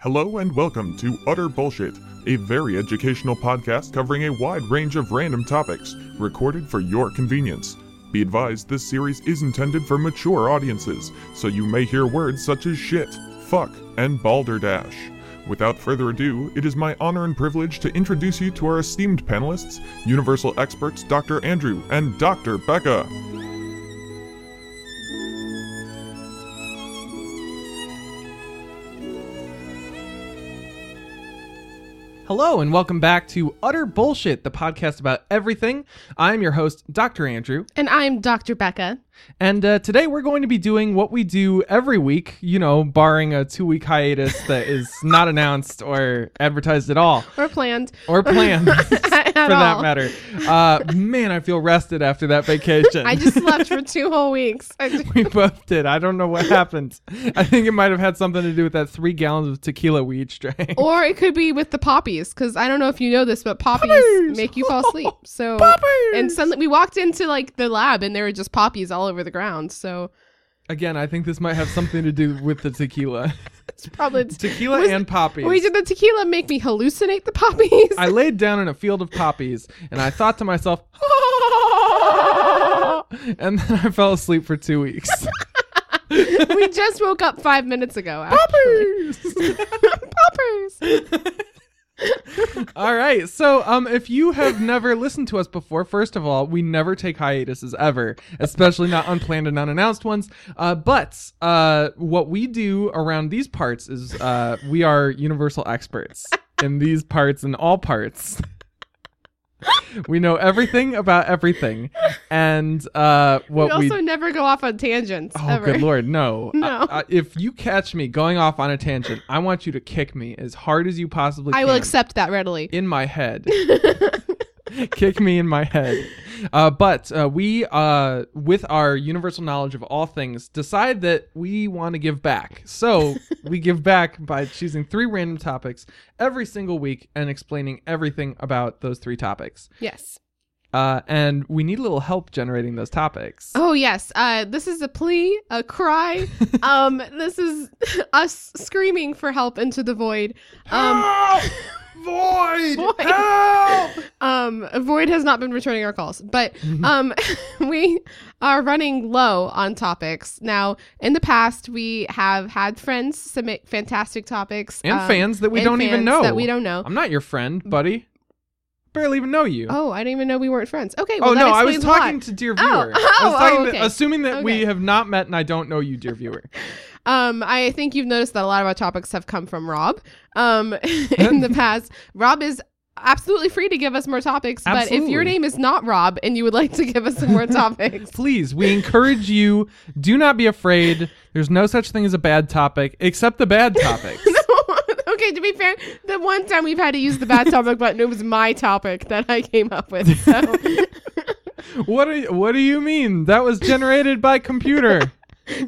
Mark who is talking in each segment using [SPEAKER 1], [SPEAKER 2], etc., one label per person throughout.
[SPEAKER 1] Hello and welcome to Utter Bullshit, a very educational podcast covering a wide range of random topics, recorded for your convenience. Be advised this series is intended for mature audiences, so you may hear words such as shit, fuck, and balderdash. Without further ado, it is my honor and privilege to introduce you to our esteemed panelists, Universal experts Dr. Andrew and Dr. Becca.
[SPEAKER 2] Hello, and welcome back to Utter Bullshit, the podcast about everything. I'm your host, Dr. Andrew,
[SPEAKER 3] And I'm Dr. Becca.
[SPEAKER 2] and uh, today we're going to be doing what we do every week, you know, barring a two week hiatus that is not announced or advertised at all
[SPEAKER 3] Or planned.
[SPEAKER 2] or planned for
[SPEAKER 3] At
[SPEAKER 2] that
[SPEAKER 3] all.
[SPEAKER 2] matter. Uh, man, I feel rested after that vacation.
[SPEAKER 3] I just slept for two whole weeks. I-
[SPEAKER 2] we both did. I don't know what happened. I think it might have had something to do with that three gallons of tequila we each drank.
[SPEAKER 3] or it could be with the poppies, because I don't know if you know this, but poppies,
[SPEAKER 2] Poppies!
[SPEAKER 3] make you fall asleep. So and suddenly we walked into like the lab and there were just poppies all over the ground. So
[SPEAKER 2] Again, I think this might have something to do with the tequila.
[SPEAKER 3] it's probably
[SPEAKER 2] Tequila
[SPEAKER 3] Was-
[SPEAKER 2] and poppies.
[SPEAKER 3] Wait, did the tequila make me hallucinate the poppies?
[SPEAKER 2] I laid down in a field of poppies and I thought to myself, and then I fell asleep for two weeks.
[SPEAKER 3] we just woke up five minutes ago. Actually. Poppers.
[SPEAKER 2] all right. So, um, if you have never listened to us before, first of all, we never take hiatuses ever, especially not unplanned and unannounced ones. Uh, but uh, what we do around these parts is uh, we are universal experts in these parts and all parts. We know everything about everything, and uh,
[SPEAKER 3] We
[SPEAKER 2] what we,
[SPEAKER 3] also never go off on tangents
[SPEAKER 2] Oh,
[SPEAKER 3] ever.
[SPEAKER 2] good lord, no.
[SPEAKER 3] No.
[SPEAKER 2] I- I- if you catch me going off on a tangent, I want you to kick me as hard as you possibly
[SPEAKER 3] I
[SPEAKER 2] can.
[SPEAKER 3] will accept that readily.
[SPEAKER 2] In my head. kick me in my head. Uh, but uh, we, uh, with our universal knowledge of all things, decide that we want to give back. So we give back by choosing three random topics every single week and explaining everything about those three topics.
[SPEAKER 3] Yes.
[SPEAKER 2] Uh, and we need a little help generating those topics.
[SPEAKER 3] Oh yes, uh, this is a plea, a cry. um, this is us screaming for help into the void. Um,
[SPEAKER 2] Help! Void!
[SPEAKER 3] Void!
[SPEAKER 2] Help!
[SPEAKER 3] um, void has not been returning our calls, but
[SPEAKER 2] Mm-hmm.
[SPEAKER 3] um, we are running low on topics now. In the past, we have had friends submit fantastic topics
[SPEAKER 2] and
[SPEAKER 3] um,
[SPEAKER 2] fans that we
[SPEAKER 3] and
[SPEAKER 2] don't even
[SPEAKER 3] fans
[SPEAKER 2] know. Um,
[SPEAKER 3] that we don't know.
[SPEAKER 2] I'm not your friend, buddy. Barely even know you.
[SPEAKER 3] oh, I didn't even know we weren't friends. Okay, well,
[SPEAKER 2] Oh,
[SPEAKER 3] that
[SPEAKER 2] no, I was
[SPEAKER 3] explains a lot.
[SPEAKER 2] talking to dear
[SPEAKER 3] Oh,
[SPEAKER 2] viewer. I
[SPEAKER 3] oh,
[SPEAKER 2] was talking
[SPEAKER 3] oh,
[SPEAKER 2] to-
[SPEAKER 3] okay.
[SPEAKER 2] assuming that we
[SPEAKER 3] Okay.
[SPEAKER 2] have not met and I don't know you, dear viewer.
[SPEAKER 3] Um, I think you've noticed that a lot of our topics have come from Rob. Um, in the past, Rob is absolutely free to give us more topics, but if your
[SPEAKER 2] Absolutely.
[SPEAKER 3] name is not Rob and you would like to give us some more topics,
[SPEAKER 2] Please, we encourage you. Do not be afraid. There's no such thing as a bad topic, except the bad topics.
[SPEAKER 3] okay. To be fair, the one time we've had to use the bad topic button, it was my topic that I came up with. So
[SPEAKER 2] what, do you, what do you mean? That was generated by computer.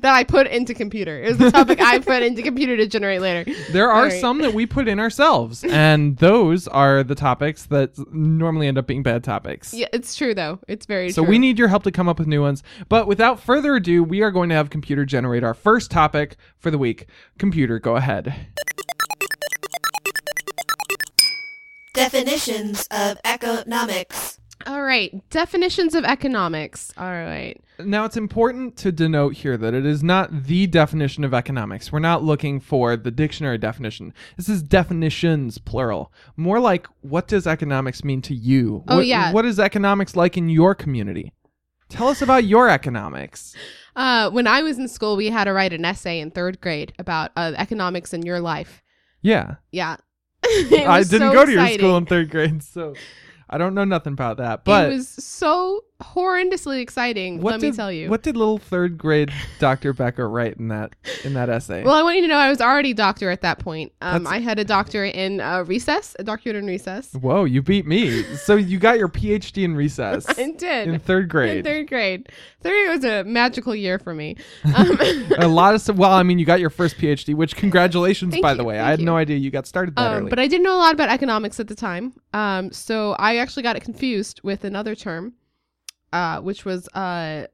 [SPEAKER 3] that I put into computer. It was the topic I put into computer to generate later.
[SPEAKER 2] There are
[SPEAKER 3] Alright.
[SPEAKER 2] some that we put in ourselves, and those are the topics that normally end up being bad topics.
[SPEAKER 3] Yeah, it's true though. It's very
[SPEAKER 2] So
[SPEAKER 3] true.
[SPEAKER 2] we need your help to come up with new ones. But without further ado, we are going to have computer generate our first topic for the week. Computer, go ahead.
[SPEAKER 4] Definitions of economics.
[SPEAKER 3] All right, definitions of economics. All right.
[SPEAKER 2] Now it's important to denote here that it is not the definition of economics. We're not looking for the dictionary definition. This is definitions plural. More like what does economics mean to you?
[SPEAKER 3] Oh,
[SPEAKER 2] What-
[SPEAKER 3] yeah.
[SPEAKER 2] What is economics like in your community? Tell us about your economics.
[SPEAKER 3] Uh, when I was in school, we had to write an essay in third grade about uh, economics in your life.
[SPEAKER 2] Yeah.
[SPEAKER 3] Yeah,
[SPEAKER 2] I didn't go to your school in third grade, so I don't know nothing about that. But
[SPEAKER 3] it was so horrendously exciting.
[SPEAKER 2] What
[SPEAKER 3] let
[SPEAKER 2] did,
[SPEAKER 3] me tell you.
[SPEAKER 2] What did little third grade Dr. Becker write in that in that essay?
[SPEAKER 3] well, I want you to know I was already doctor at that point. Um,
[SPEAKER 2] That's-
[SPEAKER 3] I had a doctorate in uh, recess, a doctorate in recess.
[SPEAKER 2] Whoa, you beat me. so you got your PhD in recess
[SPEAKER 3] I did.
[SPEAKER 2] in third grade.
[SPEAKER 3] In third grade. Third grade was a magical year for me. Um,
[SPEAKER 2] A lot of stuff. Well, I mean, you got your first PhD, which congratulations,
[SPEAKER 3] Thank
[SPEAKER 2] by
[SPEAKER 3] you,
[SPEAKER 2] the way. I
[SPEAKER 3] thank
[SPEAKER 2] had
[SPEAKER 3] you.
[SPEAKER 2] no idea you got started that
[SPEAKER 3] Um,
[SPEAKER 2] early.
[SPEAKER 3] but I didn't know a lot about economics at the time. Um, so I actually got it confused with another term, uh, which was uh,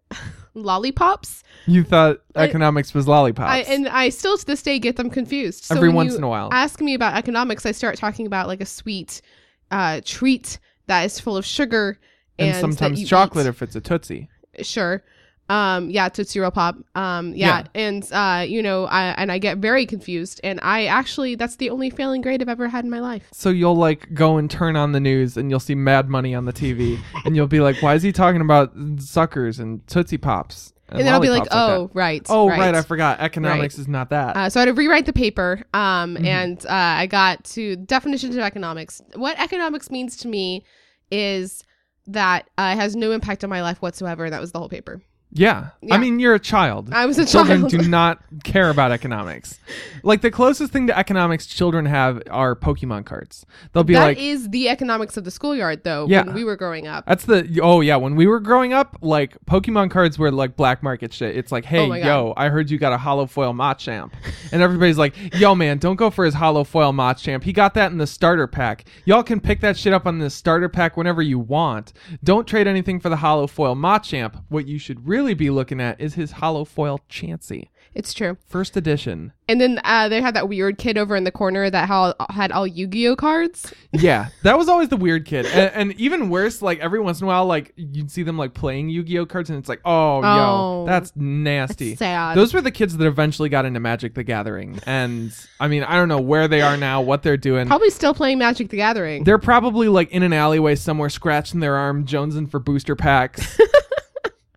[SPEAKER 3] lollipops.
[SPEAKER 2] You thought
[SPEAKER 3] I-
[SPEAKER 2] economics was lollipops.
[SPEAKER 3] I, and I still to this day get them confused. So
[SPEAKER 2] Every
[SPEAKER 3] when
[SPEAKER 2] once
[SPEAKER 3] you
[SPEAKER 2] in a while.
[SPEAKER 3] ask me about economics, I start talking about like a sweet uh, treat that is full of sugar and,
[SPEAKER 2] and
[SPEAKER 3] that
[SPEAKER 2] sometimes
[SPEAKER 3] you
[SPEAKER 2] chocolate
[SPEAKER 3] eat.
[SPEAKER 2] if it's a tootsie.
[SPEAKER 3] sure um yeah tootsie roll pop um yeah,
[SPEAKER 2] Yeah.
[SPEAKER 3] and uh you know i and i get very confused and i actually that's the only failing grade i've ever had in my life
[SPEAKER 2] So you'll like go and turn on the news and you'll see Mad Money on the TV and you'll be like, why is he talking about suckers and tootsie pops?
[SPEAKER 3] and, then i'll be like
[SPEAKER 2] lollipops that?"
[SPEAKER 3] oh right
[SPEAKER 2] oh right. I forgot economics is not that.
[SPEAKER 3] uh, so I had to rewrite the paper, um,
[SPEAKER 2] Mhm.
[SPEAKER 3] and uh, I got to definitions of economics. What economics means to me is that uh, it has no impact on my life whatsoever. That was the whole paper.
[SPEAKER 2] yeah.
[SPEAKER 3] yeah.
[SPEAKER 2] I mean you're a child.
[SPEAKER 3] I was a
[SPEAKER 2] children
[SPEAKER 3] child.
[SPEAKER 2] do not care about economics. Like the closest thing to economics children have are Pokemon cards. They'll be
[SPEAKER 3] That
[SPEAKER 2] like,
[SPEAKER 3] is the economics of the schoolyard, though.
[SPEAKER 2] Yeah.
[SPEAKER 3] when we were growing up.
[SPEAKER 2] That's the oh yeah. When we were growing up, like Pokemon cards were like black market shit. It's like, hey
[SPEAKER 3] Oh my God.
[SPEAKER 2] yo, I heard you got a hollow foil Machamp, and everybody's like, yo man, don't go for his hollow foil Machamp. He got that in the starter pack. Y'all can pick that shit up on the starter pack whenever you want. Don't trade anything for the hollow foil Machamp. What you should really be looking at is his hollow foil Chansey,
[SPEAKER 3] It's true.
[SPEAKER 2] first edition.
[SPEAKER 3] And then uh, they had that weird kid over in the corner that ha- had all Yu-Gi-Oh cards.
[SPEAKER 2] Yeah, that was always the weird kid, and, and even worse, like every once in a while, like you'd see them like playing Yu-Gi-Oh cards, and it's like, oh,
[SPEAKER 3] Oh.
[SPEAKER 2] yo, that's nasty.
[SPEAKER 3] That's sad.
[SPEAKER 2] Those were the kids that eventually got into Magic the Gathering, and I mean, I don't know where they are now, what they're doing.
[SPEAKER 3] Probably still playing Magic the Gathering.
[SPEAKER 2] they're probably like in an alleyway somewhere, scratching their arm, jonesing for booster packs.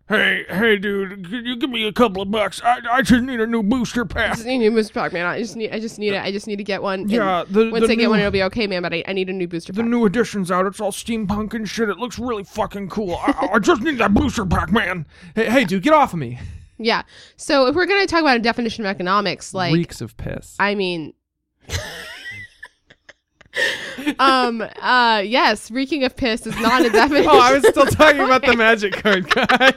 [SPEAKER 2] hey, hey, dude, could you give me a couple of bucks? I, I just need a new booster
[SPEAKER 3] I
[SPEAKER 2] pack.
[SPEAKER 3] just need a new booster pack, man. I just need, I just need it. I just need to get one. And
[SPEAKER 2] Yeah, the-
[SPEAKER 3] once
[SPEAKER 2] the
[SPEAKER 3] I get one,
[SPEAKER 2] new-
[SPEAKER 3] it'll be okay, man. But I, I need a new booster
[SPEAKER 2] The
[SPEAKER 3] pack.
[SPEAKER 2] new edition's out. It's all steampunk and shit. It looks really fucking cool. I, I just need that booster pack, man. Hey, hey, dude, get off of me.
[SPEAKER 3] yeah. So if we're gonna talk about a definition of economics, like
[SPEAKER 2] Reeks of piss.
[SPEAKER 3] I mean, um, uh, yes, reeking of piss is not a definition.
[SPEAKER 2] oh, I was still talking about the magic card guy.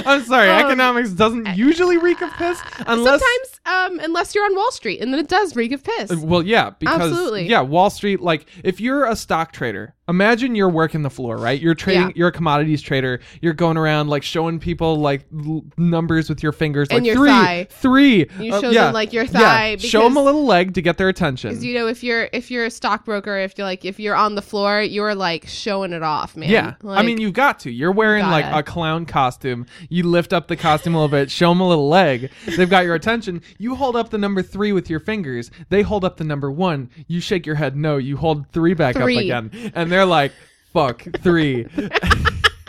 [SPEAKER 2] I'm sorry.
[SPEAKER 3] Um,
[SPEAKER 2] economics doesn't usually reek of piss unless.
[SPEAKER 3] Sometimes, um, unless you're on Wall Street, and then it does reek of piss.
[SPEAKER 2] Uh, Well, yeah, because
[SPEAKER 3] Absolutely.
[SPEAKER 2] yeah, Wall Street. Like, if you're a stock trader, imagine you're working the floor, right? You're trading.
[SPEAKER 3] Yeah.
[SPEAKER 2] You're a commodities trader. You're going around like showing people like l- numbers with your fingers,
[SPEAKER 3] And
[SPEAKER 2] like
[SPEAKER 3] your
[SPEAKER 2] three,
[SPEAKER 3] thigh.
[SPEAKER 2] three.
[SPEAKER 3] You
[SPEAKER 2] uh,
[SPEAKER 3] show
[SPEAKER 2] yeah,
[SPEAKER 3] them like your
[SPEAKER 2] yeah.
[SPEAKER 3] thigh.
[SPEAKER 2] Show them a
[SPEAKER 3] because-
[SPEAKER 2] little leg to get their attention.
[SPEAKER 3] Because you know, if you're if you're a stockbroker, if you're like if you're on the floor, you're like showing it off, man.
[SPEAKER 2] yeah, I
[SPEAKER 3] Like,
[SPEAKER 2] mean, you've got to. You're wearing like
[SPEAKER 3] Gotta.
[SPEAKER 2] a clown costume. You lift up the costume a little bit, show them a little leg. They've got your attention. You hold up the number three with your fingers. They hold up the number one. You shake your head no. You hold three back
[SPEAKER 3] Three.
[SPEAKER 2] up again, and they're like, "Fuck three.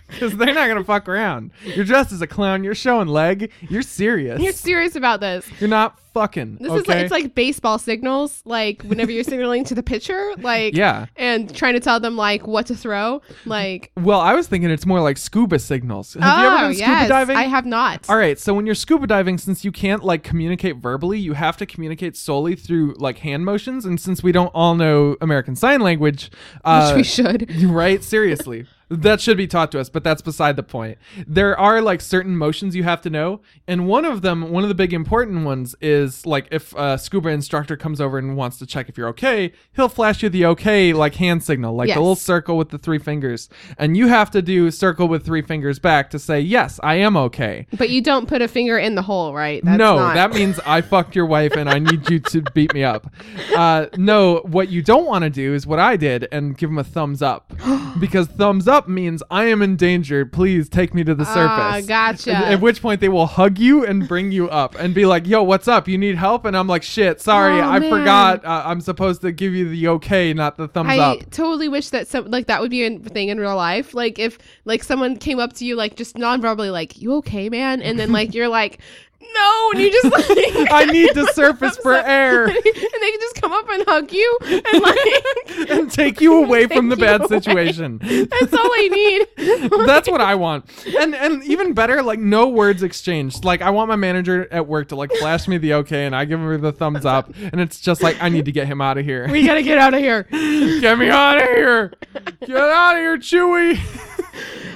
[SPEAKER 2] Because they're not gonna fuck around. You're dressed as a clown. You're showing leg. You're serious.
[SPEAKER 3] you're serious about this.
[SPEAKER 2] You're not fucking.
[SPEAKER 3] This
[SPEAKER 2] okay?
[SPEAKER 3] is like it's like baseball signals, like whenever you're signaling to the pitcher, like
[SPEAKER 2] yeah.
[SPEAKER 3] and trying to tell them like what to throw, like.
[SPEAKER 2] Well, I was thinking it's more like scuba signals. Have
[SPEAKER 3] oh
[SPEAKER 2] you ever been scuba
[SPEAKER 3] yes,
[SPEAKER 2] diving?
[SPEAKER 3] I have not.
[SPEAKER 2] All right, so when you're scuba diving, since you can't like communicate verbally, you have to communicate solely through like hand motions. And since we don't all know American Sign Language, uh,
[SPEAKER 3] Which we should.
[SPEAKER 2] you- right? Seriously, that should be taught to us, but that's beside the point. There are like certain motions you have to know, and one of them, one of the big important ones, is like if a scuba instructor comes over and wants to check if you're okay, he'll flash you the okay like hand signal, like
[SPEAKER 3] Yes.
[SPEAKER 2] the little circle with the three fingers, and you have to do circle with three fingers back to say yes, I am okay
[SPEAKER 3] But you don't put a finger in the hole, right? That's
[SPEAKER 2] no,
[SPEAKER 3] not-
[SPEAKER 2] that means I fucked your wife and I need you to beat me up. Uh, no, what you don't want to do is what I did and give him a thumbs up because thumbs up means I am in danger. Please take me to the
[SPEAKER 3] Ah,
[SPEAKER 2] surface.
[SPEAKER 3] gotcha.
[SPEAKER 2] At, at which point they will hug you and bring you up and be like, "Yo, what's up? You need help?" And I'm like, "Shit, sorry,
[SPEAKER 3] Oh,
[SPEAKER 2] I
[SPEAKER 3] man.
[SPEAKER 2] forgot. Uh, I'm supposed to give you the okay, not the thumbs
[SPEAKER 3] I
[SPEAKER 2] up."
[SPEAKER 3] totally wish that some like that would be a thing in real life. Like if like someone came up to you like just non-verbally like you okay, man, and then like you're like no, and you just like
[SPEAKER 2] I need to surface for
[SPEAKER 3] Thumbs up.
[SPEAKER 2] air.
[SPEAKER 3] and they can just come up and hug you and like
[SPEAKER 2] and take you away from the
[SPEAKER 3] Take you
[SPEAKER 2] bad
[SPEAKER 3] away.
[SPEAKER 2] situation.
[SPEAKER 3] that's all I need.
[SPEAKER 2] That's what I want. And and even better, like no words exchanged. Like I want my manager at work to like flash me the okay and I give her the thumbs up and it's just like I need to get him out of here.
[SPEAKER 3] We gotta get out of here.
[SPEAKER 2] get me out of here. Get out of here, Chewy.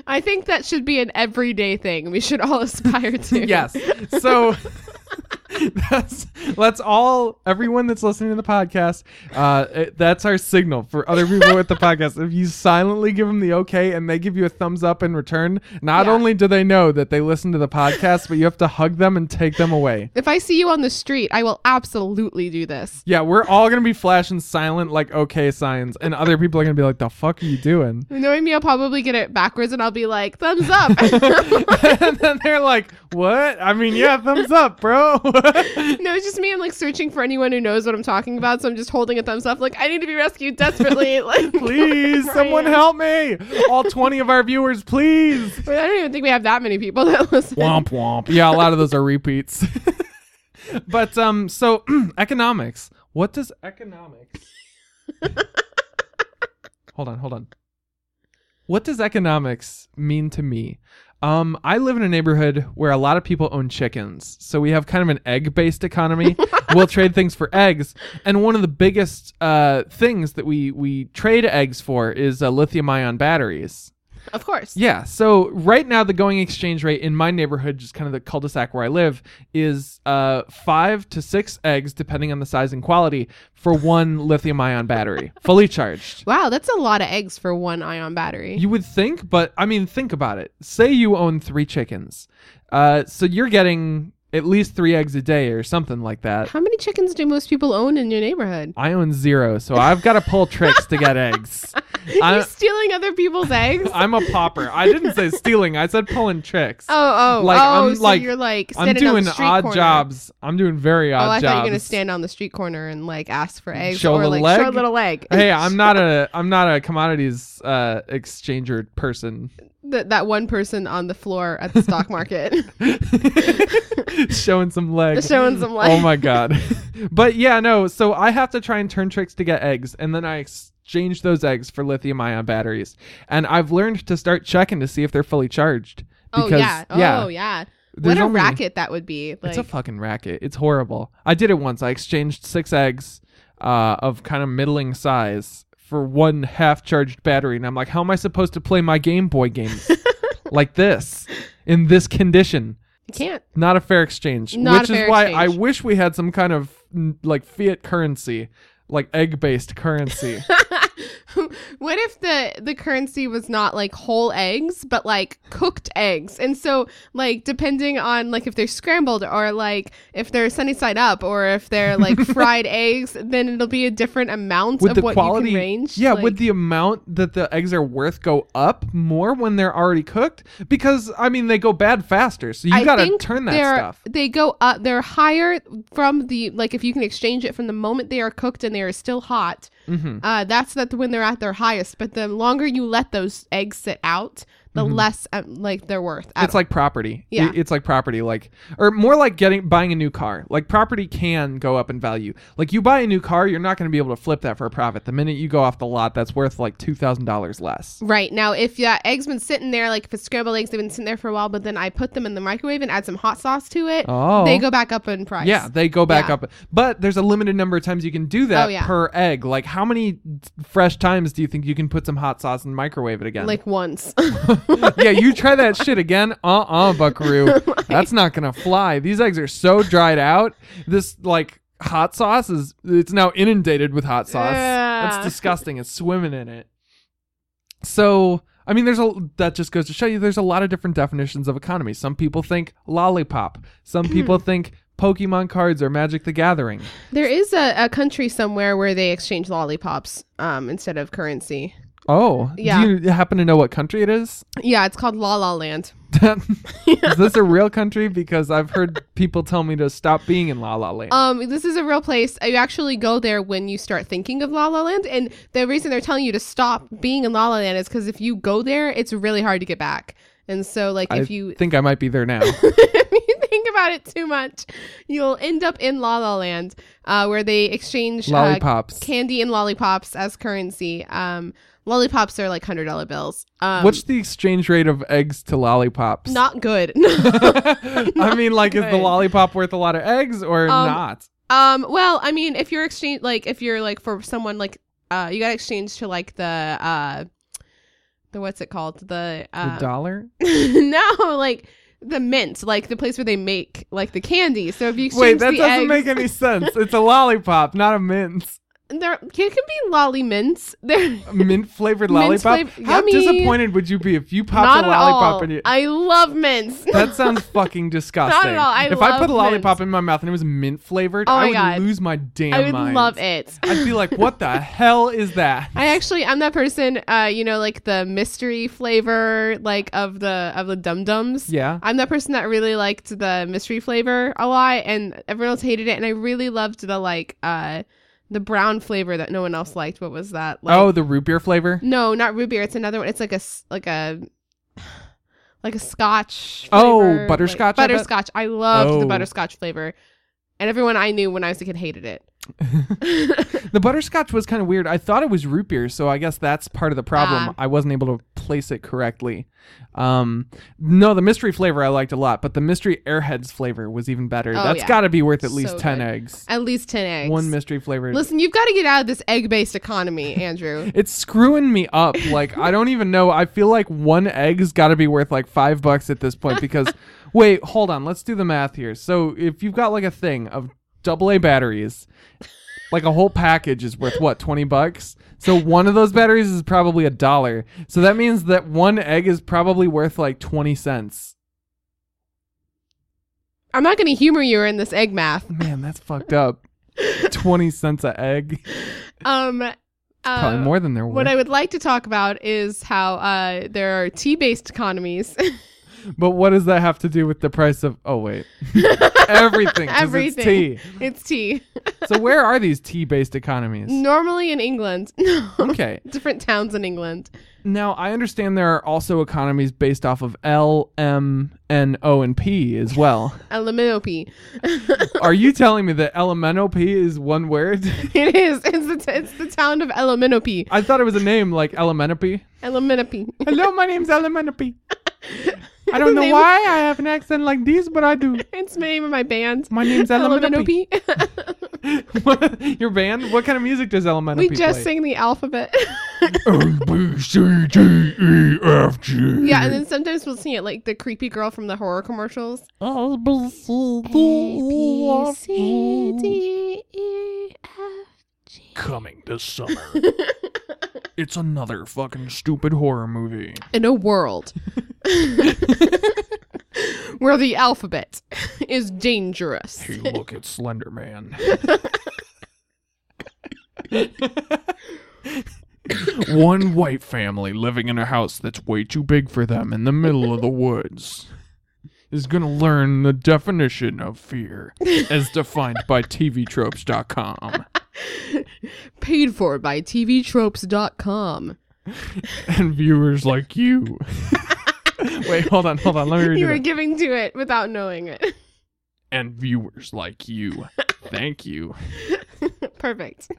[SPEAKER 3] I think that should be an everyday thing. We should all aspire to.
[SPEAKER 2] yes. So that's let's all everyone that's listening to the podcast. Uh, it- that's our signal for other people with the podcast. If you silently give them the okay and they give you a thumbs up in return, not
[SPEAKER 3] Yeah.
[SPEAKER 2] only do they know that they listen to the podcast, but you have to hug them and take them away.
[SPEAKER 3] If I see you on the street, I will absolutely do this.
[SPEAKER 2] Yeah, we're all gonna be flashing silent like okay signs, and other people are gonna be like, "The fuck are you doing?"
[SPEAKER 3] Knowing me, I'll probably get it backwards and I'll be like, thumbs up.
[SPEAKER 2] and then they're like, "What?" I mean, yeah, thumbs up, bro.
[SPEAKER 3] no, it's just me. I'm like searching for anyone who knows what I'm talking about. So I'm just holding a thumbs up. Like, I need to be rescued desperately. Like,
[SPEAKER 2] please,
[SPEAKER 3] Right.
[SPEAKER 2] someone help me! All twenty of our viewers, please.
[SPEAKER 3] But I don't even think we have that many people that listen.
[SPEAKER 2] womp. Yeah, a lot of those are repeats. but um, so economics. What does economics? hold on, hold on. What does economics mean to me? Um, I live in a neighborhood where a lot of people own chickens, so we have kind of an egg-based economy. we'll trade things for eggs, and one of the biggest uh, things that we we trade eggs for is uh, lithium-ion batteries.
[SPEAKER 3] Of course.
[SPEAKER 2] Yeah. So right now, the going exchange rate in my neighborhood, just kind of the cul-de-sac where I live, is uh, five to six eggs, depending on the size and quality, for one lithium-ion battery, fully charged.
[SPEAKER 3] Wow, that's a lot of eggs for one ion battery.
[SPEAKER 2] You would think, but I mean, think about it. Say you own three chickens, uh, so you're getting at least three eggs a day or something like that.
[SPEAKER 3] How many chickens do most people own in your neighborhood?
[SPEAKER 2] I own zero, so I've got to pull tricks to get eggs. I-
[SPEAKER 3] You're stealing other people's eggs. oh,
[SPEAKER 2] I'm a pauper. I didn't say stealing. I said pulling tricks.
[SPEAKER 3] oh,
[SPEAKER 2] Like,
[SPEAKER 3] oh!
[SPEAKER 2] I'm
[SPEAKER 3] so
[SPEAKER 2] like-
[SPEAKER 3] you're like
[SPEAKER 2] I'm
[SPEAKER 3] standing on
[SPEAKER 2] doing
[SPEAKER 3] the street
[SPEAKER 2] odd
[SPEAKER 3] corner.
[SPEAKER 2] jobs. I'm doing very
[SPEAKER 3] Oh,
[SPEAKER 2] odd
[SPEAKER 3] I
[SPEAKER 2] jobs.
[SPEAKER 3] thought you were gonna stand on the street corner and like ask for eggs
[SPEAKER 2] Show a
[SPEAKER 3] or
[SPEAKER 2] little
[SPEAKER 3] like
[SPEAKER 2] leg?
[SPEAKER 3] show a little leg.
[SPEAKER 2] hey, I'm not a I'm not a commodities uh exchanger person.
[SPEAKER 3] that that one person on the floor at the stock market
[SPEAKER 2] Showing some legs.
[SPEAKER 3] showing some leg.
[SPEAKER 2] Oh my god. but yeah, no. So I have to try and turn tricks to get eggs, and then I exchange those eggs for lithium ion batteries. And I've learned to start checking to see if they're fully charged.
[SPEAKER 3] Oh
[SPEAKER 2] because-
[SPEAKER 3] yeah. Oh yeah.
[SPEAKER 2] there's
[SPEAKER 3] What a
[SPEAKER 2] only-
[SPEAKER 3] racket that would be. Like,
[SPEAKER 2] it's a fucking racket. It's horrible. I did it once. I exchanged six eggs uh, of kind of middling size for one half charged battery. And I'm like, how am I supposed to play my Game Boy games like this in this condition?
[SPEAKER 3] you can't.
[SPEAKER 2] Not a fair exchange.
[SPEAKER 3] Not a
[SPEAKER 2] which is
[SPEAKER 3] fair
[SPEAKER 2] why I
[SPEAKER 3] exchange.
[SPEAKER 2] wish we had some kind of mm, like fiat currency, like egg based currency.
[SPEAKER 3] what if the the currency was not like whole eggs but like cooked eggs and so like depending on like if they're scrambled or like if they're sunny side up or if they're like fried eggs then it'll be a different amount
[SPEAKER 2] would
[SPEAKER 3] of
[SPEAKER 2] the
[SPEAKER 3] what
[SPEAKER 2] quality
[SPEAKER 3] you can range
[SPEAKER 2] yeah
[SPEAKER 3] like,
[SPEAKER 2] would the amount that the eggs are worth go up more when they're already cooked because i mean they go bad faster so you
[SPEAKER 3] I
[SPEAKER 2] gotta
[SPEAKER 3] think
[SPEAKER 2] turn that
[SPEAKER 3] they're-
[SPEAKER 2] stuff
[SPEAKER 3] They go up. They're higher from the like if you can exchange it from the moment they are cooked and they are still hot.
[SPEAKER 2] mm-hmm.
[SPEAKER 3] Uh, that's that when they're at their highest. But the longer you let those eggs sit out, the
[SPEAKER 2] Mhm.
[SPEAKER 3] less uh, like they're worth. at
[SPEAKER 2] it's like property
[SPEAKER 3] Oh. Yeah.
[SPEAKER 2] I- it's like property like or more like getting buying a new car like property can go up in value like you buy a new car you're not going to be able to flip that for a profit the minute you go off the lot that's worth like $2000 less
[SPEAKER 3] Right now, if yeah, eggs been sitting there, like if it's scrambled eggs, they've been sitting there for a while, but then I put them in the microwave and add some hot sauce to it.
[SPEAKER 2] Oh.
[SPEAKER 3] They go back up in price.
[SPEAKER 2] Yeah, they go back
[SPEAKER 3] Yeah.
[SPEAKER 2] up. But there's a limited number of times you can do that
[SPEAKER 3] Oh, yeah.
[SPEAKER 2] per egg. Like, how many fresh times do you think you can put some hot sauce and microwave it again?
[SPEAKER 3] Like once.
[SPEAKER 2] yeah, you try that shit again. Uh uh Buckaroo. That's not going to fly. These eggs are so dried out. This, like, hot sauce is, it's now inundated with hot sauce. That's
[SPEAKER 3] Yeah.
[SPEAKER 2] disgusting. It's swimming in it. So. I mean, there's a that just goes to show you there's a lot of different definitions of economy. Some people think lollipop. Some people think Pokemon cards or Magic the Gathering.
[SPEAKER 3] there is a, a country somewhere where they exchange lollipops um, instead of currency.
[SPEAKER 2] Oh,
[SPEAKER 3] Yeah.
[SPEAKER 2] Do you happen to know what country it is?
[SPEAKER 3] Yeah, it's called La La Land.
[SPEAKER 2] is this a real country? Because I've heard people tell me to stop being in La La Land.
[SPEAKER 3] Um, this is a real place. You actually go there when you start thinking of La La Land, and the reason they're telling you to stop being in La La Land is because if you go there, it's really hard to get back. And so, like,
[SPEAKER 2] I
[SPEAKER 3] if you
[SPEAKER 2] think I might be there now.
[SPEAKER 3] if you think about it too much, you'll end up in La La Land, uh, where they exchange uh,
[SPEAKER 2] Lollipops.
[SPEAKER 3] candy and lollipops as currency. Um, lollipops are like hundred dollar bills. Um,
[SPEAKER 2] What's the exchange rate of eggs to lollipops?
[SPEAKER 3] not good.
[SPEAKER 2] I mean, like, is the
[SPEAKER 3] good.
[SPEAKER 2] lollipop worth a lot of eggs or
[SPEAKER 3] Um,
[SPEAKER 2] not?
[SPEAKER 3] um, well, I mean, if you're exchange, like, if you're like for someone like, uh, you got to exchange to like the uh, the what's it called the
[SPEAKER 2] The
[SPEAKER 3] uh,
[SPEAKER 2] dollar?
[SPEAKER 3] no like the mint, like the place where they make like the candy. So if you exchange
[SPEAKER 2] Wait, that
[SPEAKER 3] the
[SPEAKER 2] doesn't
[SPEAKER 3] eggs,
[SPEAKER 2] make any sense. It's a lollipop, not a mint.
[SPEAKER 3] there it can be lolly mints. There,
[SPEAKER 2] Mint flavored
[SPEAKER 3] Mint
[SPEAKER 2] lollipop.
[SPEAKER 3] flav-
[SPEAKER 2] How
[SPEAKER 3] yummy.
[SPEAKER 2] disappointed would you be if you popped
[SPEAKER 3] not
[SPEAKER 2] a
[SPEAKER 3] at
[SPEAKER 2] lollipop
[SPEAKER 3] all.
[SPEAKER 2] in your
[SPEAKER 3] I love mints.
[SPEAKER 2] That sounds fucking disgusting.
[SPEAKER 3] all. I
[SPEAKER 2] if I
[SPEAKER 3] love
[SPEAKER 2] put a lollipop
[SPEAKER 3] mints.
[SPEAKER 2] in my mouth and it was mint flavored,
[SPEAKER 3] Oh
[SPEAKER 2] I
[SPEAKER 3] my
[SPEAKER 2] would
[SPEAKER 3] God.
[SPEAKER 2] lose my damn
[SPEAKER 3] I would
[SPEAKER 2] mind.
[SPEAKER 3] love it.
[SPEAKER 2] I'd be like, what the hell is that?
[SPEAKER 3] I actually I'm that person, uh, you know, like the mystery flavor, like of the of the dum dums.
[SPEAKER 2] Yeah.
[SPEAKER 3] I'm that person that really liked the mystery flavor a lot, and everyone else hated it, and I really loved the like uh the brown flavor that no one else liked. What was that? Like,
[SPEAKER 2] oh, the root beer flavor?
[SPEAKER 3] no, not root beer. It's another one. It's like a s- like a like a Scotch.
[SPEAKER 2] Oh,
[SPEAKER 3] flavor, like-
[SPEAKER 2] butterscotch, I bet?
[SPEAKER 3] butterscotch. I loved
[SPEAKER 2] Oh.
[SPEAKER 3] the butterscotch flavor, and everyone I knew when I was a kid hated it.
[SPEAKER 2] The butterscotch was kind of weird. I thought it was root beer, so I guess that's part of the problem.
[SPEAKER 3] Ah.
[SPEAKER 2] I wasn't able to place it correctly. Um, no, the mystery flavor I liked a lot, but the mystery airheads flavor was even better.
[SPEAKER 3] Oh,
[SPEAKER 2] That's
[SPEAKER 3] yeah.
[SPEAKER 2] got to be worth at least
[SPEAKER 3] So
[SPEAKER 2] 10
[SPEAKER 3] good.
[SPEAKER 2] eggs.
[SPEAKER 3] At least ten eggs.
[SPEAKER 2] One mystery flavor.
[SPEAKER 3] Listen, you've got to get out of this egg-based economy, Andrew.
[SPEAKER 2] It's screwing me up. Like I don't even know. I feel like one egg's got to be worth like five bucks at this point because, wait, hold on. Let's do the math here. So if you've got like a thing of double A batteries, like a whole package is worth what twenty bucks. So one of those batteries is probably a dollar. So that means that one egg is probably worth like twenty cents.
[SPEAKER 3] I'm not going to humor you in this egg math.
[SPEAKER 2] Man, that's fucked up. Twenty cents a egg.
[SPEAKER 3] Um, uh,
[SPEAKER 2] Probably more than they're worth.
[SPEAKER 3] What I would like to talk about is how uh, there are tea-based economies.
[SPEAKER 2] But what does that have to do with the price of? Oh wait, everything. 'cause it's
[SPEAKER 3] Everything.
[SPEAKER 2] tea.
[SPEAKER 3] it's tea.
[SPEAKER 2] So where are these tea-based economies?
[SPEAKER 3] Normally in England. No.
[SPEAKER 2] Okay.
[SPEAKER 3] Different towns in England.
[SPEAKER 2] Now I understand there are also economies based off of L, M, N, O, and P as well.
[SPEAKER 3] Aluminopy.
[SPEAKER 2] are you telling me that LMNOP is one word?
[SPEAKER 3] it is. It's the, t- it's the town of Aluminopy.
[SPEAKER 2] I thought it was a name like Elementopy.
[SPEAKER 3] Aluminopy.
[SPEAKER 2] Hello, my name's Elementopy. I don't
[SPEAKER 3] The
[SPEAKER 2] know
[SPEAKER 3] name-
[SPEAKER 2] why I have an accent like this, but I do.
[SPEAKER 3] It's the name of my band.
[SPEAKER 2] My name's Elementopy.
[SPEAKER 3] Aluminopy.
[SPEAKER 2] Your band? What kind of music does Elementopy
[SPEAKER 3] we just
[SPEAKER 2] play?
[SPEAKER 3] sing the alphabet.
[SPEAKER 1] A, B, C, D, E, F, G.
[SPEAKER 3] yeah, and then sometimes we'll sing it like the creepy girl from the horror commercials. E
[SPEAKER 2] E. Coming this summer. it's another fucking stupid horror movie.
[SPEAKER 3] in a world where the alphabet is dangerous.
[SPEAKER 2] Hey, look at Slender Man. One white family living in a house that's way too big for them in the middle of the woods is going to learn the definition of fear as defined by TVTropes.com.
[SPEAKER 3] Paid for by TVTropes.com.
[SPEAKER 2] and viewers like you. Wait, hold on, hold on. Let me
[SPEAKER 3] You were
[SPEAKER 2] read it.
[SPEAKER 3] giving to it without knowing it.
[SPEAKER 2] And viewers like you. Thank you.
[SPEAKER 3] Perfect.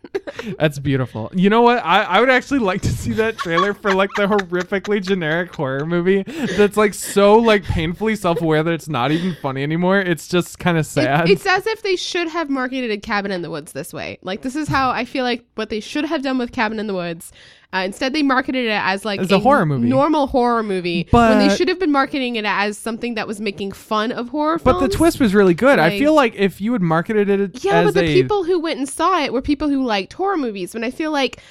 [SPEAKER 2] That's beautiful. You know what? I, I would actually like to see that trailer for like the horrifically generic horror movie that's like so like painfully self aware that it's not even funny anymore. It's just kind of sad.
[SPEAKER 3] It- it's as if they should have marketed a cabin in the woods this way. Like this is how I feel like what they should have done with Cabin in the Woods. Uh, instead, they marketed it as like
[SPEAKER 2] As a horror movie.
[SPEAKER 3] normal horror movie. when they
[SPEAKER 2] But-
[SPEAKER 3] should have been marketing it as something that was making fun of horror.
[SPEAKER 2] but the
[SPEAKER 3] films.
[SPEAKER 2] twist was really good. I
[SPEAKER 3] Like-
[SPEAKER 2] feel like if you had marketed it
[SPEAKER 3] Yeah,
[SPEAKER 2] as
[SPEAKER 3] but the
[SPEAKER 2] a
[SPEAKER 3] people who went and saw it were people who liked horror movies. When I feel like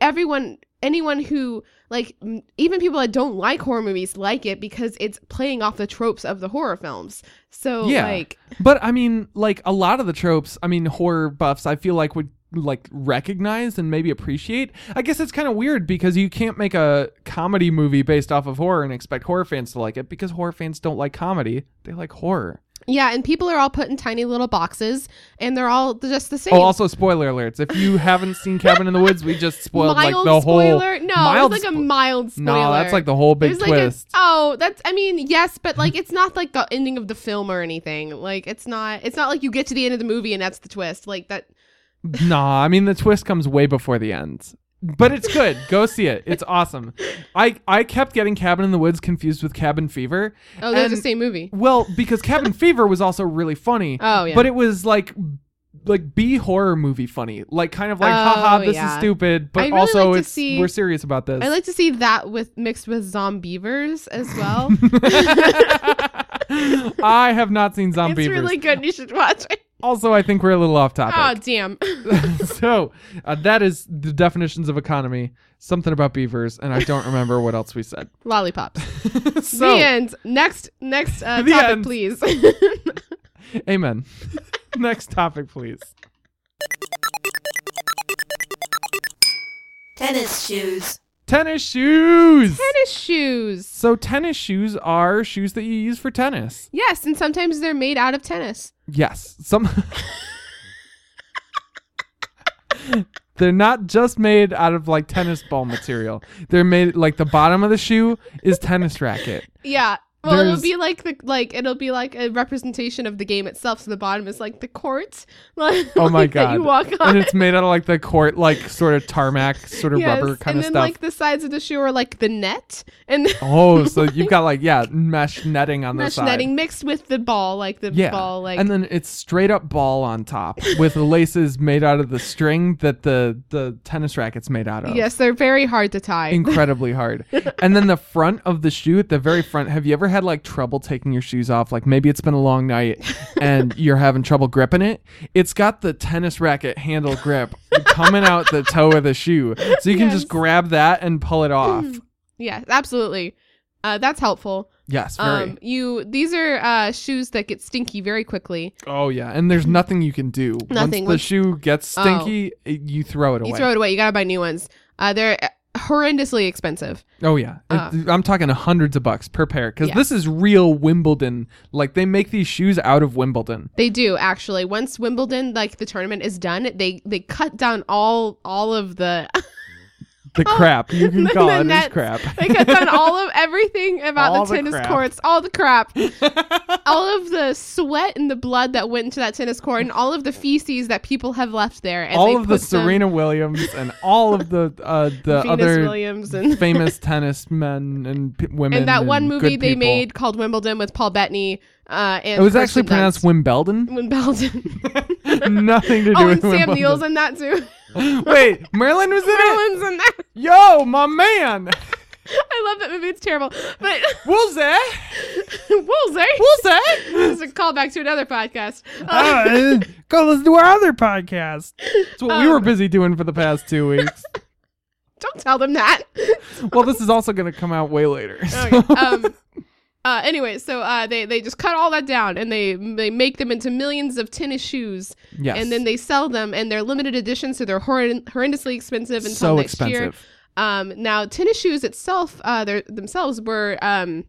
[SPEAKER 3] everyone, anyone who like, m- even people that don't like horror movies like it because it's playing off the tropes of the horror films. So
[SPEAKER 2] Yeah.
[SPEAKER 3] like,
[SPEAKER 2] But I mean, like a lot of the tropes, I mean, horror buffs, I feel like would like recognize and maybe appreciate. I guess it's kind of weird because you can't make a comedy movie based off of horror and expect horror fans to like it because horror fans don't like comedy; they like horror.
[SPEAKER 3] yeah, and people are all put in tiny little boxes, and they're all just the same.
[SPEAKER 2] Oh, also spoiler alerts! If you haven't seen Cabin in the Woods, we just spoiled like
[SPEAKER 3] mild
[SPEAKER 2] the
[SPEAKER 3] spoiler?
[SPEAKER 2] whole
[SPEAKER 3] no,
[SPEAKER 2] mild
[SPEAKER 3] it's like a
[SPEAKER 2] spo-
[SPEAKER 3] mild spoiler.
[SPEAKER 2] No, that's like the whole big
[SPEAKER 3] There's like a,
[SPEAKER 2] twist.
[SPEAKER 3] oh, that's I mean, yes, but like it's not like the ending of the film or anything. Like it's not it's not like you get to the end of the movie and that's the twist. Like that
[SPEAKER 2] nah, I mean the twist comes way before the end. But it's good. Go see it. It's awesome. I I kept getting Cabin in the Woods confused with Cabin Fever.
[SPEAKER 3] Oh, they're the
[SPEAKER 2] And-
[SPEAKER 3] same movie.
[SPEAKER 2] Well, because Cabin Fever was also really funny.
[SPEAKER 3] Oh, yeah.
[SPEAKER 2] But it was like like B horror movie funny, like kind of like,
[SPEAKER 3] Oh,
[SPEAKER 2] haha, this is
[SPEAKER 3] yeah.
[SPEAKER 2] stupid, but
[SPEAKER 3] I really
[SPEAKER 2] also
[SPEAKER 3] like to
[SPEAKER 2] it's
[SPEAKER 3] see-
[SPEAKER 2] we're serious about this.
[SPEAKER 3] I like to see that with mixed with zombievers as well.
[SPEAKER 2] I have not seen Zombie.
[SPEAKER 3] It's really good. You should watch it.
[SPEAKER 2] Also, I think we're a little off topic.
[SPEAKER 3] Oh damn!
[SPEAKER 2] so uh, that is the definitions of economy. Something about beavers, and I don't remember what else we said.
[SPEAKER 3] Lollipops.
[SPEAKER 2] so,
[SPEAKER 3] the end. Next, next uh,
[SPEAKER 2] The
[SPEAKER 3] topic,
[SPEAKER 2] end.
[SPEAKER 3] please.
[SPEAKER 2] amen. Next topic, please.
[SPEAKER 4] Tennis shoes.
[SPEAKER 2] Tennis shoes.
[SPEAKER 3] tennis shoes.
[SPEAKER 2] so tennis shoes are shoes that you use for tennis.
[SPEAKER 3] Yes, and sometimes they're made out of tennis.
[SPEAKER 2] Yes. Some. They're not just made out of like tennis ball material. They're made like the bottom of the shoe is tennis racket.
[SPEAKER 3] Yeah. Well,
[SPEAKER 2] There's-
[SPEAKER 3] it'll be like the like it'll be like a representation of the game itself. So the bottom is like the court. Like,
[SPEAKER 2] Oh my
[SPEAKER 3] like That you
[SPEAKER 2] God.
[SPEAKER 3] walk on.
[SPEAKER 2] And it's made out of like the court like sort of tarmac, sort of
[SPEAKER 3] Yes,
[SPEAKER 2] rubber kind
[SPEAKER 3] and
[SPEAKER 2] of
[SPEAKER 3] then
[SPEAKER 2] stuff.
[SPEAKER 3] like the sides of the shoe are like the net and the
[SPEAKER 2] Oh, so you've got like yeah, mesh netting on the
[SPEAKER 3] mesh
[SPEAKER 2] side.
[SPEAKER 3] netting mixed with the ball, like the
[SPEAKER 2] Yeah,
[SPEAKER 3] ball, like
[SPEAKER 2] and then it's straight up ball on top with laces made out of the string that the the tennis racket's made out of.
[SPEAKER 3] yes, they're very hard to tie.
[SPEAKER 2] incredibly hard. and then the front of the shoe, at the very front. Have you ever had like trouble taking your shoes off? Like maybe it's been a long night and you're having trouble gripping it. It's got the tennis racket handle grip coming out the toe of the shoe, so you can
[SPEAKER 3] Yes.
[SPEAKER 2] just grab that and pull it off.
[SPEAKER 3] yes, absolutely. Uh, that's helpful.
[SPEAKER 2] Yes, very.
[SPEAKER 3] Um, you these are uh, shoes that get stinky very quickly.
[SPEAKER 2] Oh yeah, and there's nothing you can do.
[SPEAKER 3] Nothing.
[SPEAKER 2] Once the
[SPEAKER 3] Once-
[SPEAKER 2] shoe gets
[SPEAKER 3] Oh.
[SPEAKER 2] stinky, it, you throw it away.
[SPEAKER 3] You throw it away. You gotta buy new ones. Uh, they're horrendously expensive.
[SPEAKER 2] oh yeah, It-
[SPEAKER 3] Uh.
[SPEAKER 2] I'm talking hundreds of bucks per pair because
[SPEAKER 3] Yeah.
[SPEAKER 2] this is real Wimbledon. Like they make these shoes out of Wimbledon.
[SPEAKER 3] They do actually. Once Wimbledon, like the tournament is done, they they cut down all all of the
[SPEAKER 2] The crap you can
[SPEAKER 3] Oh. the
[SPEAKER 2] call it is
[SPEAKER 3] nets.
[SPEAKER 2] crap.
[SPEAKER 3] They cut down all of everything about
[SPEAKER 2] All
[SPEAKER 3] the
[SPEAKER 2] the
[SPEAKER 3] tennis
[SPEAKER 2] crap.
[SPEAKER 3] courts, all the crap, all of the sweat and the blood that went into that tennis court, and all of the feces that people have left there. And
[SPEAKER 2] all
[SPEAKER 3] they
[SPEAKER 2] of the
[SPEAKER 3] put them-
[SPEAKER 2] Serena Williams and all of the uh, the
[SPEAKER 3] Venus
[SPEAKER 2] other
[SPEAKER 3] Williams and
[SPEAKER 2] famous tennis men and p- women.
[SPEAKER 3] and that one movie
[SPEAKER 2] good
[SPEAKER 3] they
[SPEAKER 2] people.
[SPEAKER 3] made called Wimbledon with Paul Bettany. Uh, and
[SPEAKER 2] It was actually pronounced Wimbledon.
[SPEAKER 3] Wimbledon.
[SPEAKER 2] Nothing to do
[SPEAKER 3] oh,
[SPEAKER 2] with
[SPEAKER 3] and Sam
[SPEAKER 2] Wimbledon.
[SPEAKER 3] Neill's in that too.
[SPEAKER 2] Wait, Marilyn was in it.
[SPEAKER 3] Marilyn's in that.
[SPEAKER 2] Yo, my man.
[SPEAKER 3] I love that movie. It's terrible, but
[SPEAKER 2] Woolsey.
[SPEAKER 3] Woolsey.
[SPEAKER 2] Woolsey.
[SPEAKER 3] This is a callback to another podcast. Uh,
[SPEAKER 2] Uh, go listen to our other podcast. It's what we
[SPEAKER 3] Um,
[SPEAKER 2] were busy doing for the past two weeks.
[SPEAKER 3] don't tell them that.
[SPEAKER 2] well, this is also going to come out way later.
[SPEAKER 3] Okay,
[SPEAKER 2] so-
[SPEAKER 3] um, uh, anyway, so uh, they they just cut all that down and they they make them into millions of tennis shoes
[SPEAKER 2] yes.
[SPEAKER 3] and then they sell them and they're limited edition, so they're horren- horrendously expensive until
[SPEAKER 2] so
[SPEAKER 3] next
[SPEAKER 2] expensive.
[SPEAKER 3] year. Um, now, tennis shoes itself, uh, they're- themselves were um,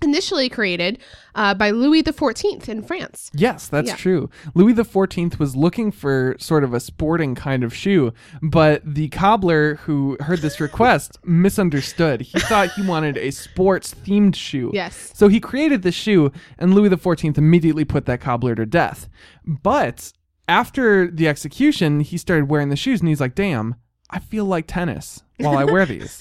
[SPEAKER 3] initially created uh, by Louis the Fourteenth in France.
[SPEAKER 2] Yes, that's
[SPEAKER 3] Yeah.
[SPEAKER 2] true. Louis the Fourteenth was looking for sort of a sporting kind of shoe, but the cobbler who heard this request misunderstood. He thought he wanted a sports themed shoe.
[SPEAKER 3] Yes.
[SPEAKER 2] So he created the shoe, and Louis XIV immediately put that cobbler to death. But after the execution, he started wearing the shoes, and he's like, damn, I feel like tennis while I wear these.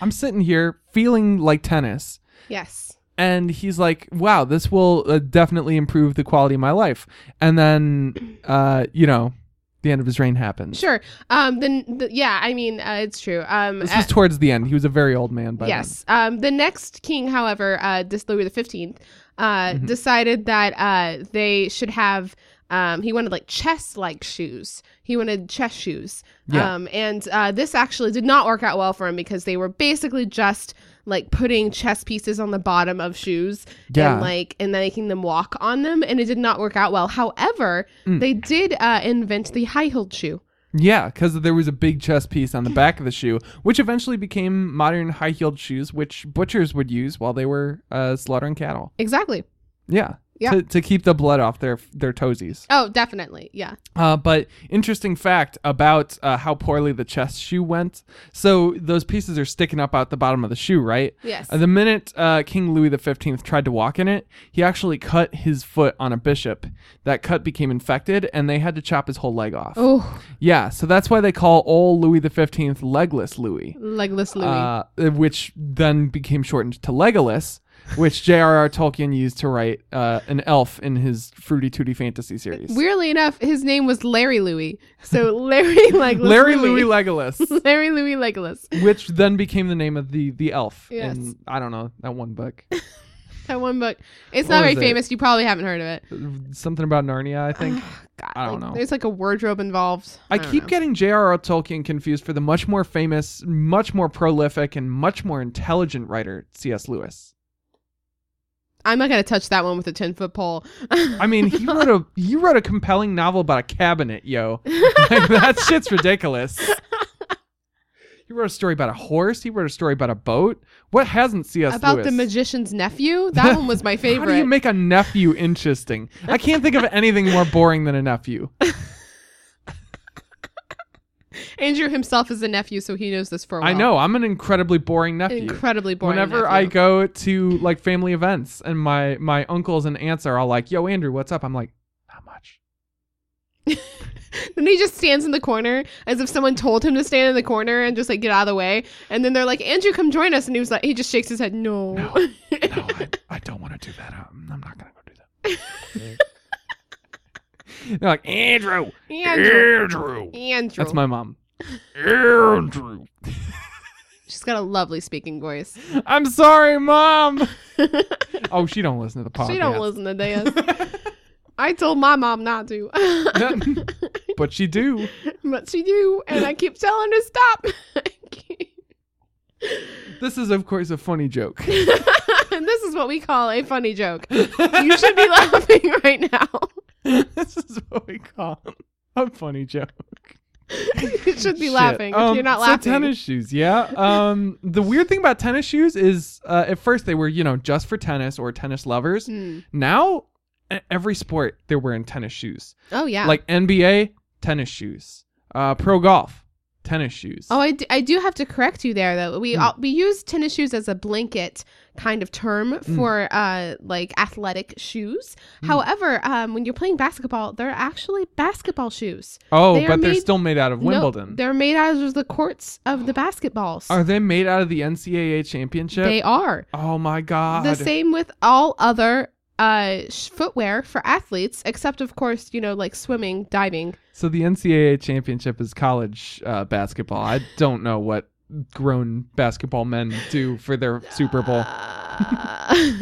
[SPEAKER 2] I'm sitting here feeling like tennis.
[SPEAKER 3] Yes.
[SPEAKER 2] And he's like, wow, this will uh, definitely improve the quality of my life. And then, uh, you know, the end of his reign happens.
[SPEAKER 3] Sure. Um. Then, the, yeah. I mean, uh, it's true. Um.
[SPEAKER 2] This
[SPEAKER 3] uh,
[SPEAKER 2] was towards the end. He was a very old man by then.
[SPEAKER 3] yes. Um. The next king, however, uh, this Louis the Fifteenth, uh,
[SPEAKER 2] Mm-hmm.
[SPEAKER 3] decided that uh they should have. Um, he wanted like chess-like shoes. He wanted chess shoes.
[SPEAKER 2] Yeah.
[SPEAKER 3] Um, and uh, this actually did not work out well for him because they were basically just like putting chess pieces on the bottom of shoes
[SPEAKER 2] Yeah.
[SPEAKER 3] and like and then making them walk on them, and it did not work out well. However,
[SPEAKER 2] Mm.
[SPEAKER 3] they did uh, invent the high-heeled shoe.
[SPEAKER 2] Yeah, because there was a big chess piece on the back of the shoe, which eventually became modern high heeled shoes, which butchers would use while they were uh, slaughtering cattle.
[SPEAKER 3] Exactly.
[SPEAKER 2] Yeah.
[SPEAKER 3] Yeah.
[SPEAKER 2] To, to keep the blood off their their toesies.
[SPEAKER 3] Oh, definitely. Yeah.
[SPEAKER 2] Uh, but interesting fact about uh, how poorly the chess shoe went. So those pieces are sticking up out the bottom of the shoe, right?
[SPEAKER 3] Yes.
[SPEAKER 2] Uh, the minute uh, King Louis XV tried to walk in it, he actually cut his foot on a bishop. That cut became infected, and they had to chop his whole leg off.
[SPEAKER 3] Oh,
[SPEAKER 2] Yeah, so that's why they call all Louis the Fifteenth legless Louis,
[SPEAKER 3] legless Louis.
[SPEAKER 2] Uh, which then became shortened to Legolas. which J.R.R. Tolkien used to write uh, an elf in his Fruity Tooty fantasy series.
[SPEAKER 3] Weirdly enough, his name was Larry Louie. So Larry Legolas.
[SPEAKER 2] Larry Louis Legolas,
[SPEAKER 3] Larry Louie Legolas.
[SPEAKER 2] which then became the name of the the elf
[SPEAKER 3] Yes.
[SPEAKER 2] in I don't know that one book,
[SPEAKER 3] That one book. It's
[SPEAKER 2] What
[SPEAKER 3] not very
[SPEAKER 2] was it?
[SPEAKER 3] famous. You probably haven't heard of it.
[SPEAKER 2] something about Narnia, I think.
[SPEAKER 3] God,
[SPEAKER 2] I don't
[SPEAKER 3] like,
[SPEAKER 2] know.
[SPEAKER 3] There's like a wardrobe involved.
[SPEAKER 2] I
[SPEAKER 3] don't
[SPEAKER 2] keep
[SPEAKER 3] know.
[SPEAKER 2] getting J.R.R. Tolkien confused for the much more famous, much more prolific, and much more intelligent writer C.S. Lewis.
[SPEAKER 3] I'm not gonna touch that one with a ten foot pole.
[SPEAKER 2] I mean, he wrote a he wrote a compelling novel about a cabinet, yo. Like, that shit's ridiculous. He wrote a story about a horse. He wrote a story about a boat. What hasn't C.S.
[SPEAKER 3] About
[SPEAKER 2] Lewis?
[SPEAKER 3] the magician's nephew. That one was my
[SPEAKER 2] How
[SPEAKER 3] favorite.
[SPEAKER 2] do you make a nephew interesting? I can't think of anything more boring than a nephew.
[SPEAKER 3] Andrew himself is a nephew, so he knows this for a while.
[SPEAKER 2] I know I'm an incredibly boring nephew.
[SPEAKER 3] Incredibly boring.
[SPEAKER 2] Whenever I
[SPEAKER 3] nephew.
[SPEAKER 2] go to like family events and my my uncles and aunts are all like, "Yo, Andrew, what's up?" I'm like, "Not much."
[SPEAKER 3] then he just stands in the corner as if someone told him to stand in the corner and just like get out of the way. And then they're like, Andrew, come join us. And he was like, he just shakes his head, no.
[SPEAKER 2] No. No, I, I don't want to do that. I'm, I'm not gonna go do that. They're like, "Andrew,
[SPEAKER 3] Andrew.
[SPEAKER 2] Andrew."
[SPEAKER 3] Andrew.
[SPEAKER 2] That's my mom.
[SPEAKER 1] Andrew!
[SPEAKER 3] She's got a lovely speaking voice.
[SPEAKER 2] I'm sorry, mom. oh, she don't listen to the podcast.
[SPEAKER 3] She don't listen to this. I told my mom not to,
[SPEAKER 2] listen. but she do.
[SPEAKER 3] but she do, and I keep telling her stop.
[SPEAKER 2] This is, of course, a funny joke.
[SPEAKER 3] and this is what we call a funny joke. You should be laughing right now.
[SPEAKER 2] this is what we call a funny joke.
[SPEAKER 3] You should be
[SPEAKER 2] Shit.
[SPEAKER 3] laughing if
[SPEAKER 2] Um,
[SPEAKER 3] you're not
[SPEAKER 2] so
[SPEAKER 3] laughing.
[SPEAKER 2] tennis shoes, yeah. Um, the weird thing about tennis shoes is, uh, at first they were, you know, just for tennis or tennis lovers.
[SPEAKER 3] Mm.
[SPEAKER 2] Now, e- every sport they're wearing tennis shoes.
[SPEAKER 3] Oh yeah.
[SPEAKER 2] Like NBA, tennis shoes. Uh, pro golf, tennis shoes.
[SPEAKER 3] Oh, I, d- I do have to correct you there though.
[SPEAKER 2] Hmm.
[SPEAKER 3] We all, we use tennis shoes as a blanket kind of term
[SPEAKER 2] Hmm.
[SPEAKER 3] for uh like athletic shoes. However, um when you're playing basketball, they're actually basketball shoes.
[SPEAKER 2] Oh,
[SPEAKER 3] they are
[SPEAKER 2] but they're
[SPEAKER 3] made-
[SPEAKER 2] still made out of
[SPEAKER 3] No,
[SPEAKER 2] Wimbledon.
[SPEAKER 3] they're made out of the courts of the basketballs.
[SPEAKER 2] Are they made out of the NCAA championship?
[SPEAKER 3] they are.
[SPEAKER 2] oh my god.
[SPEAKER 3] The same with all other uh sh- footwear for athletes except of course, you know, like swimming, diving.
[SPEAKER 2] So the NCAA championship is college uh, basketball. I don't know what grown basketball men do for their Super Bowl.
[SPEAKER 3] Uh,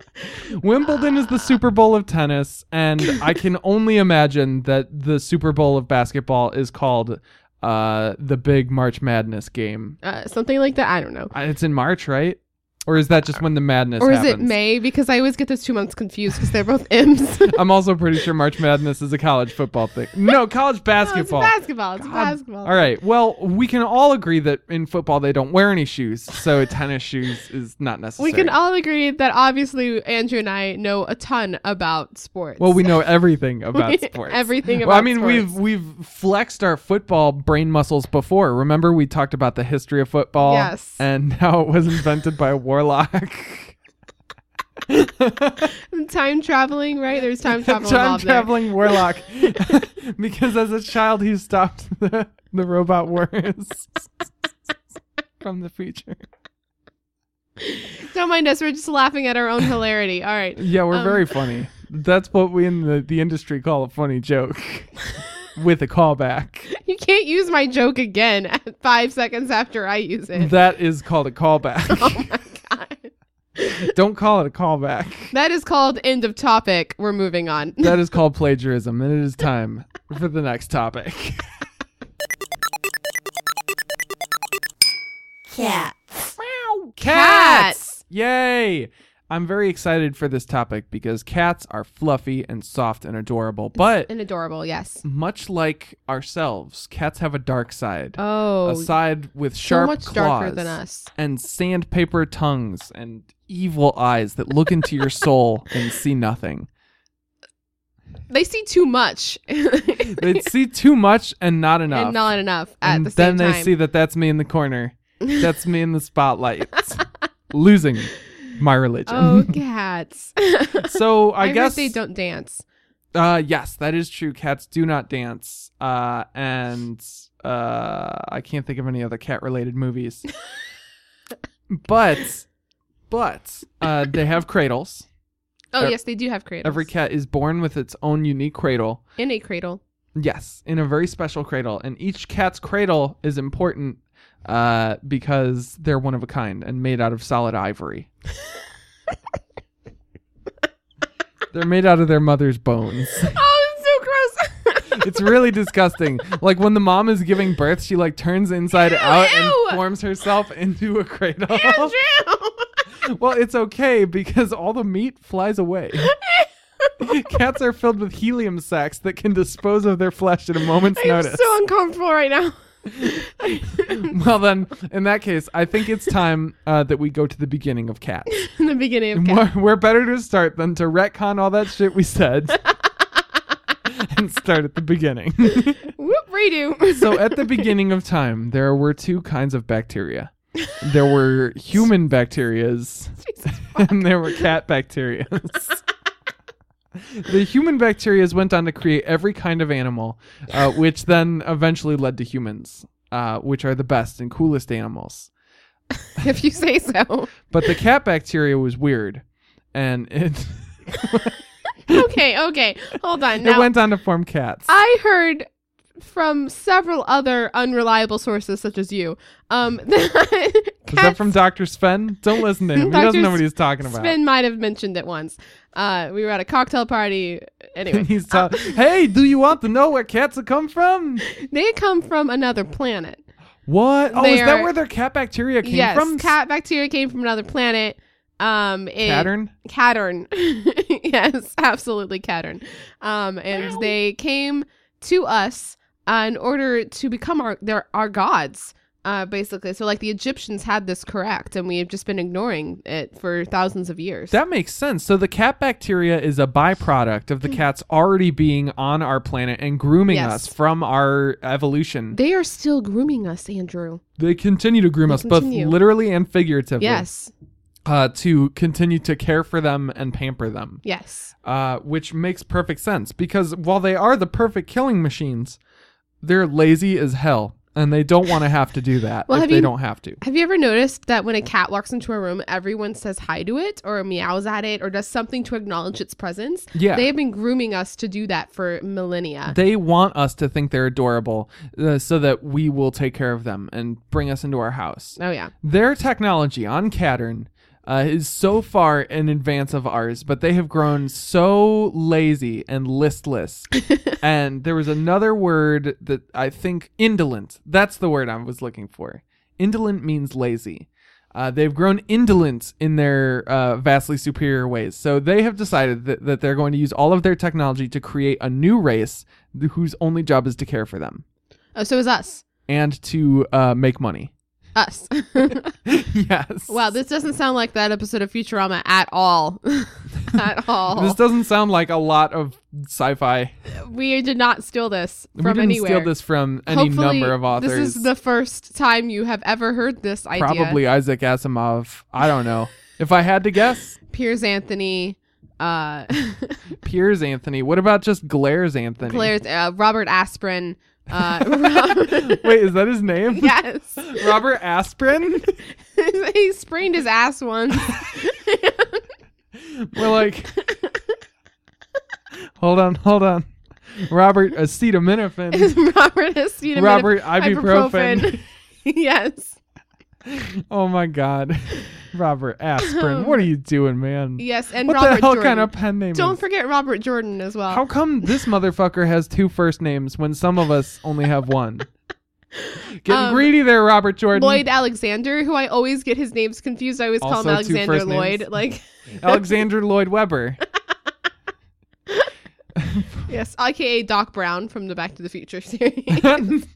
[SPEAKER 2] Wimbledon is the Super Bowl of tennis, and I can only imagine that the Super Bowl of basketball is called uh, the Big March Madness game.
[SPEAKER 3] uh, something like that, I don't know.
[SPEAKER 2] Uh, It's in March, right? Or is that just when the madness
[SPEAKER 3] or is it
[SPEAKER 2] happens?
[SPEAKER 3] May? Because I always get those two months confused because they're both M's.
[SPEAKER 2] I'm also pretty sure March Madness is a college football thing. No, college basketball.
[SPEAKER 3] No, it's basketball. It's
[SPEAKER 2] God.
[SPEAKER 3] basketball.
[SPEAKER 2] All right. Well, we can all agree that in football they don't wear any shoes, so tennis shoes is not necessary.
[SPEAKER 3] We can all agree that obviously Andrew and I know a ton about sports.
[SPEAKER 2] Well, we know everything about
[SPEAKER 3] We-
[SPEAKER 2] sports.
[SPEAKER 3] everything
[SPEAKER 2] Well, I
[SPEAKER 3] about
[SPEAKER 2] mean, we've
[SPEAKER 3] sports.
[SPEAKER 2] we've flexed our football brain muscles before. Remember, we talked about the history of football.
[SPEAKER 3] Yes.
[SPEAKER 2] And how it was invented by a warlock.
[SPEAKER 3] time traveling, right? There's time travel
[SPEAKER 2] Time
[SPEAKER 3] involved there.
[SPEAKER 2] traveling warlock. because as a child, he stopped the, the robot wars from the future.
[SPEAKER 3] Don't mind us. We're just laughing at our own hilarity. All right.
[SPEAKER 2] Yeah, we're
[SPEAKER 3] Um,
[SPEAKER 2] very funny. That's what we in the, the industry call a funny joke with a callback.
[SPEAKER 3] You can't use my joke again at five seconds after I use it.
[SPEAKER 2] That is called a callback.
[SPEAKER 3] oh my God.
[SPEAKER 2] Don't call it a callback.
[SPEAKER 3] That is called end of topic. We're moving on.
[SPEAKER 2] That is called plagiarism, and it is time for the next topic.
[SPEAKER 4] Cat.
[SPEAKER 3] Cats!
[SPEAKER 2] Yay! I'm very excited for this topic because cats are fluffy and soft and adorable, but
[SPEAKER 3] And adorable, yes.
[SPEAKER 2] much like ourselves, cats have a dark side.
[SPEAKER 3] Oh,
[SPEAKER 2] a side with
[SPEAKER 3] so
[SPEAKER 2] sharp
[SPEAKER 3] much
[SPEAKER 2] claws.
[SPEAKER 3] darker than us.
[SPEAKER 2] and sandpaper tongues and evil eyes that look into your soul and see nothing.
[SPEAKER 3] They see too much and
[SPEAKER 2] They see too much and not enough.
[SPEAKER 3] not enough at
[SPEAKER 2] And
[SPEAKER 3] the
[SPEAKER 2] then
[SPEAKER 3] same
[SPEAKER 2] they
[SPEAKER 3] time.
[SPEAKER 2] see that that's me in the corner. That's me in the spotlight. Losing my religion.
[SPEAKER 3] oh, cats.
[SPEAKER 2] so I,
[SPEAKER 3] heard
[SPEAKER 2] guess
[SPEAKER 3] they don't dance.
[SPEAKER 2] uh yes, that is true. Cats do not dance. Uh and uh I can't think of any other cat related movies. but But uh, they have cradles.
[SPEAKER 3] Oh,
[SPEAKER 2] Ev-
[SPEAKER 3] yes, they do have cradles.
[SPEAKER 2] Every cat is born with its own unique cradle.
[SPEAKER 3] in a cradle.
[SPEAKER 2] Yes, in a very special cradle, and each cat's cradle is important uh, because they're one of a kind and made out of solid ivory. they're made out of their mother's bones.
[SPEAKER 3] Oh, it's so gross.
[SPEAKER 2] It's really disgusting. Like when the mom is giving birth, she like turns inside out
[SPEAKER 3] ew.
[SPEAKER 2] and forms herself into a cradle.
[SPEAKER 3] Andrew!
[SPEAKER 2] Oh. well, it's okay because all the meat flies away. Cats are filled with helium sacs that can dispose of their flesh at a moment's
[SPEAKER 3] I'm
[SPEAKER 2] notice.
[SPEAKER 3] so uncomfortable right now.
[SPEAKER 2] well, then, in that case, I think it's time uh, that we go to the beginning of Cats.
[SPEAKER 3] in the beginning of cat.
[SPEAKER 2] We're, we're better to start than to retcon all that shit we said and start at the beginning.
[SPEAKER 3] Whoop, redo.
[SPEAKER 2] so, at the beginning of time, there were two kinds of bacteria there were human bacterias
[SPEAKER 3] Jesus.
[SPEAKER 2] and there were cat bacterias. the human bacterias went on to create every kind of animal, uh, which then eventually led to humans, uh, which are the best and coolest animals.
[SPEAKER 3] if you say so.
[SPEAKER 2] But the cat bacteria was weird, and it
[SPEAKER 3] Okay, okay. Hold on.
[SPEAKER 2] it
[SPEAKER 3] Now,
[SPEAKER 2] went on to form cats.
[SPEAKER 3] I heard from several other unreliable sources, such as you, um, that
[SPEAKER 2] Is that from Doctor Sven? Don't listen to him. He doesn't
[SPEAKER 3] Dr.
[SPEAKER 2] know what he's talking about.
[SPEAKER 3] Sven might have mentioned it once. Uh, we were at a cocktail party. Anyway, uh,
[SPEAKER 2] And he's ta- hey, do you want to know where cats have come from?
[SPEAKER 3] they come from another planet.
[SPEAKER 2] What? Oh, is that
[SPEAKER 3] They're-
[SPEAKER 2] where their cat bacteria came
[SPEAKER 3] yes,
[SPEAKER 2] from?
[SPEAKER 3] cat bacteria came from another planet. Um, it,
[SPEAKER 2] Pattern?
[SPEAKER 3] Cattern. yes, absolutely Cattern. Um, and they came to us uh, in order to become our their our gods. Uh, basically, so like the Egyptians had this correct, and we have just been ignoring it for thousands of years.
[SPEAKER 2] That makes sense. So the cat bacteria is a byproduct of the cats already being on our planet and grooming
[SPEAKER 3] Hmm. Yes.
[SPEAKER 2] us from our evolution. They,
[SPEAKER 3] they are still grooming us, Andrew.
[SPEAKER 2] continue to groom
[SPEAKER 3] They
[SPEAKER 2] us,
[SPEAKER 3] continue.
[SPEAKER 2] both literally and figuratively.
[SPEAKER 3] Yes,
[SPEAKER 2] Uh, to continue to care for them and pamper them,
[SPEAKER 3] yes,
[SPEAKER 2] uh, which makes perfect sense because while they are the perfect killing machines, they're lazy as hell and they don't want to have to do that
[SPEAKER 3] Well,
[SPEAKER 2] if
[SPEAKER 3] have
[SPEAKER 2] they
[SPEAKER 3] you-
[SPEAKER 2] don't have to.
[SPEAKER 3] Have you ever noticed that when a cat walks into a room, everyone says hi to it or meows at it or does something to acknowledge its presence?
[SPEAKER 2] Yeah.
[SPEAKER 3] They have been grooming us to do that for millennia.
[SPEAKER 2] They want us to think they're adorable uh, so that we will take care of them and bring us into our house.
[SPEAKER 3] oh, yeah.
[SPEAKER 2] Their technology on Caturn uh, is so far in advance of ours, but they have grown so lazy and listless. and there was another word that I think indolent. That's the word I was looking for. Indolent means lazy. Uh, they've grown indolent in their uh, vastly superior ways. So they have decided that, that they're going to use all of their technology to create a new race th- whose only job is to care for them
[SPEAKER 3] Oh, so is us.
[SPEAKER 2] and to uh, make money.
[SPEAKER 3] Us.
[SPEAKER 2] yes.
[SPEAKER 3] wow, this doesn't sound like that episode of Futurama at all. at all.
[SPEAKER 2] This doesn't sound like a lot of sci-fi.
[SPEAKER 3] we did not steal this from
[SPEAKER 2] we didn't
[SPEAKER 3] anywhere.
[SPEAKER 2] steal this from any
[SPEAKER 3] Hopefully,
[SPEAKER 2] number of authors.
[SPEAKER 3] This is the first time you have ever heard this idea.
[SPEAKER 2] Probably Isaac Asimov. I don't know. If I had to guess,
[SPEAKER 3] Piers Anthony, uh,
[SPEAKER 2] Piers Anthony. What about just Glares Anthony?
[SPEAKER 3] Claire's, uh, Robert Aspirin. Uh, Rob-
[SPEAKER 2] Wait, is that his name?
[SPEAKER 3] yes.
[SPEAKER 2] Robert Aspirin?
[SPEAKER 3] he sprained his ass once.
[SPEAKER 2] We're like Hold on, hold on. Robert acetaminophen.
[SPEAKER 3] Robert has seen him
[SPEAKER 2] Robert
[SPEAKER 3] in a-
[SPEAKER 2] ibuprofen.
[SPEAKER 3] yes.
[SPEAKER 2] Oh my god. Robert Aspirin. What are you doing, man?
[SPEAKER 3] Yes. And
[SPEAKER 2] what
[SPEAKER 3] Robert
[SPEAKER 2] the hell
[SPEAKER 3] Jordan.
[SPEAKER 2] kind of pen name
[SPEAKER 3] Don't
[SPEAKER 2] is
[SPEAKER 3] forget Robert Jordan as well.
[SPEAKER 2] How come this motherfucker has two first names when some of us only have one? Getting
[SPEAKER 3] Um,
[SPEAKER 2] greedy there, Robert Jordan.
[SPEAKER 3] Lloyd Alexander, who I always get his names confused. I always call
[SPEAKER 2] Also
[SPEAKER 3] him
[SPEAKER 2] two
[SPEAKER 3] Alexander
[SPEAKER 2] first
[SPEAKER 3] Lloyd.
[SPEAKER 2] names.
[SPEAKER 3] Like,
[SPEAKER 2] Alexander Lloyd Webber.
[SPEAKER 3] yes, aka Doc Brown from the Back to the Future series.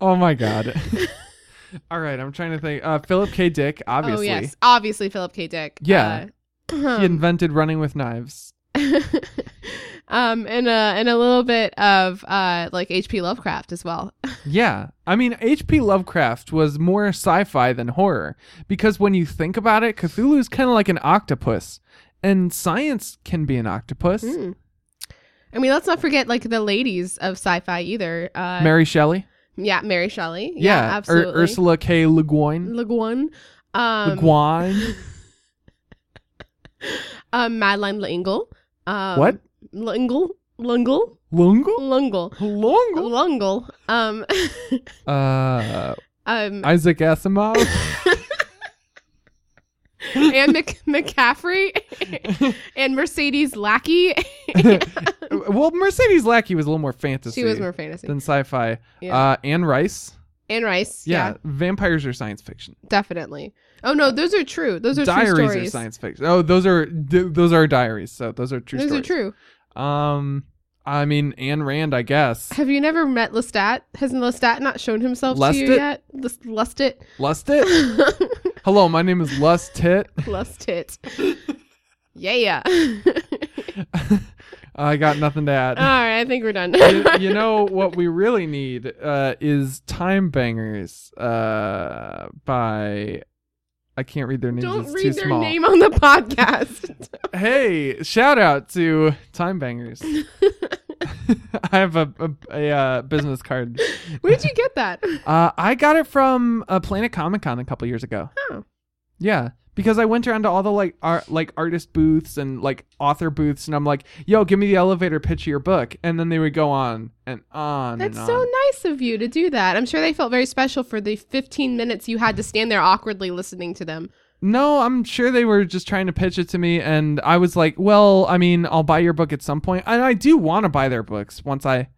[SPEAKER 2] oh my god. All right, I'm trying to think. Uh, Philip K. Dick, obviously.
[SPEAKER 3] Oh yes, obviously Philip K. Dick.
[SPEAKER 2] Yeah.
[SPEAKER 3] Uh,
[SPEAKER 2] He invented running with knives.
[SPEAKER 3] um, and a and a little bit of uh like H.P. Lovecraft as well.
[SPEAKER 2] Yeah. I mean, H.P. Lovecraft was more sci fi than horror because when you think about it, Cthulhu is kind of like an octopus, and science can be an octopus.
[SPEAKER 3] Mm. I mean, let's not forget like the ladies of sci-fi either. Uh,
[SPEAKER 2] Mary Shelley.
[SPEAKER 3] Yeah, Mary Shelley.
[SPEAKER 2] Yeah,
[SPEAKER 3] Yeah,
[SPEAKER 2] Ur-
[SPEAKER 3] absolutely.
[SPEAKER 2] Ursula K. Le Guin.
[SPEAKER 3] Le Guin. Um,
[SPEAKER 2] Le Guin.
[SPEAKER 3] um, Madeline L'Engle. Um,
[SPEAKER 2] What?
[SPEAKER 3] L'Engle? Lungle?
[SPEAKER 2] Lungo?
[SPEAKER 3] Lungle.
[SPEAKER 2] Lungo?
[SPEAKER 3] Lungle. Um,
[SPEAKER 2] Uh,
[SPEAKER 3] um,
[SPEAKER 2] Isaac Asimov.
[SPEAKER 3] and Mc- McCaffrey and Mercedes Lackey.
[SPEAKER 2] well, Mercedes Lackey was a little more fantasy
[SPEAKER 3] She was more fantasy.
[SPEAKER 2] than sci-fi.
[SPEAKER 3] Yeah.
[SPEAKER 2] Uh, Anne Rice.
[SPEAKER 3] and Rice.
[SPEAKER 2] Yeah,
[SPEAKER 3] yeah,
[SPEAKER 2] vampires are science fiction.
[SPEAKER 3] definitely. Oh, no, those are true. Those are
[SPEAKER 2] diaries
[SPEAKER 3] true
[SPEAKER 2] are
[SPEAKER 3] stories.
[SPEAKER 2] science fiction. Oh, those are th- those are diaries. So those are true.
[SPEAKER 3] those
[SPEAKER 2] stories.
[SPEAKER 3] are true.
[SPEAKER 2] true. Um, I mean Anne Rand, I guess.
[SPEAKER 3] Have you never met Lestat? Hasn't Lestat not shown himself to you
[SPEAKER 2] Lustit?
[SPEAKER 3] yet? Lust, lust it.
[SPEAKER 2] Lust it. Hello, my name is Lust Tit.
[SPEAKER 3] lust it. Yeah.
[SPEAKER 2] I got nothing to add.
[SPEAKER 3] All right, I think we're done.
[SPEAKER 2] you, you know what we really need uh, is Time Bangers uh, by I can't read their names.
[SPEAKER 3] Don't
[SPEAKER 2] it's too
[SPEAKER 3] read their
[SPEAKER 2] small.
[SPEAKER 3] name on the podcast.
[SPEAKER 2] Hey, shout out to Time Bangers. I have a, a, a, uh, business card.
[SPEAKER 3] Where did you get that?
[SPEAKER 2] Uh, I got it from uh, Planet Comic Con a couple years ago.
[SPEAKER 3] Oh.
[SPEAKER 2] Yeah, because I went around to all the like art, like artist booths and like author booths, and I'm like, "Yo, give me the elevator pitch of your book," and then they would go on and on.
[SPEAKER 3] That's
[SPEAKER 2] and
[SPEAKER 3] so
[SPEAKER 2] on.
[SPEAKER 3] nice of you to do that. I'm sure they felt very special for the 15 minutes you had to stand there awkwardly listening to them.
[SPEAKER 2] No, I'm sure they were just trying to pitch it to me, and I was like, "Well, I mean, I'll buy your book at some point, and I do want to buy their books once I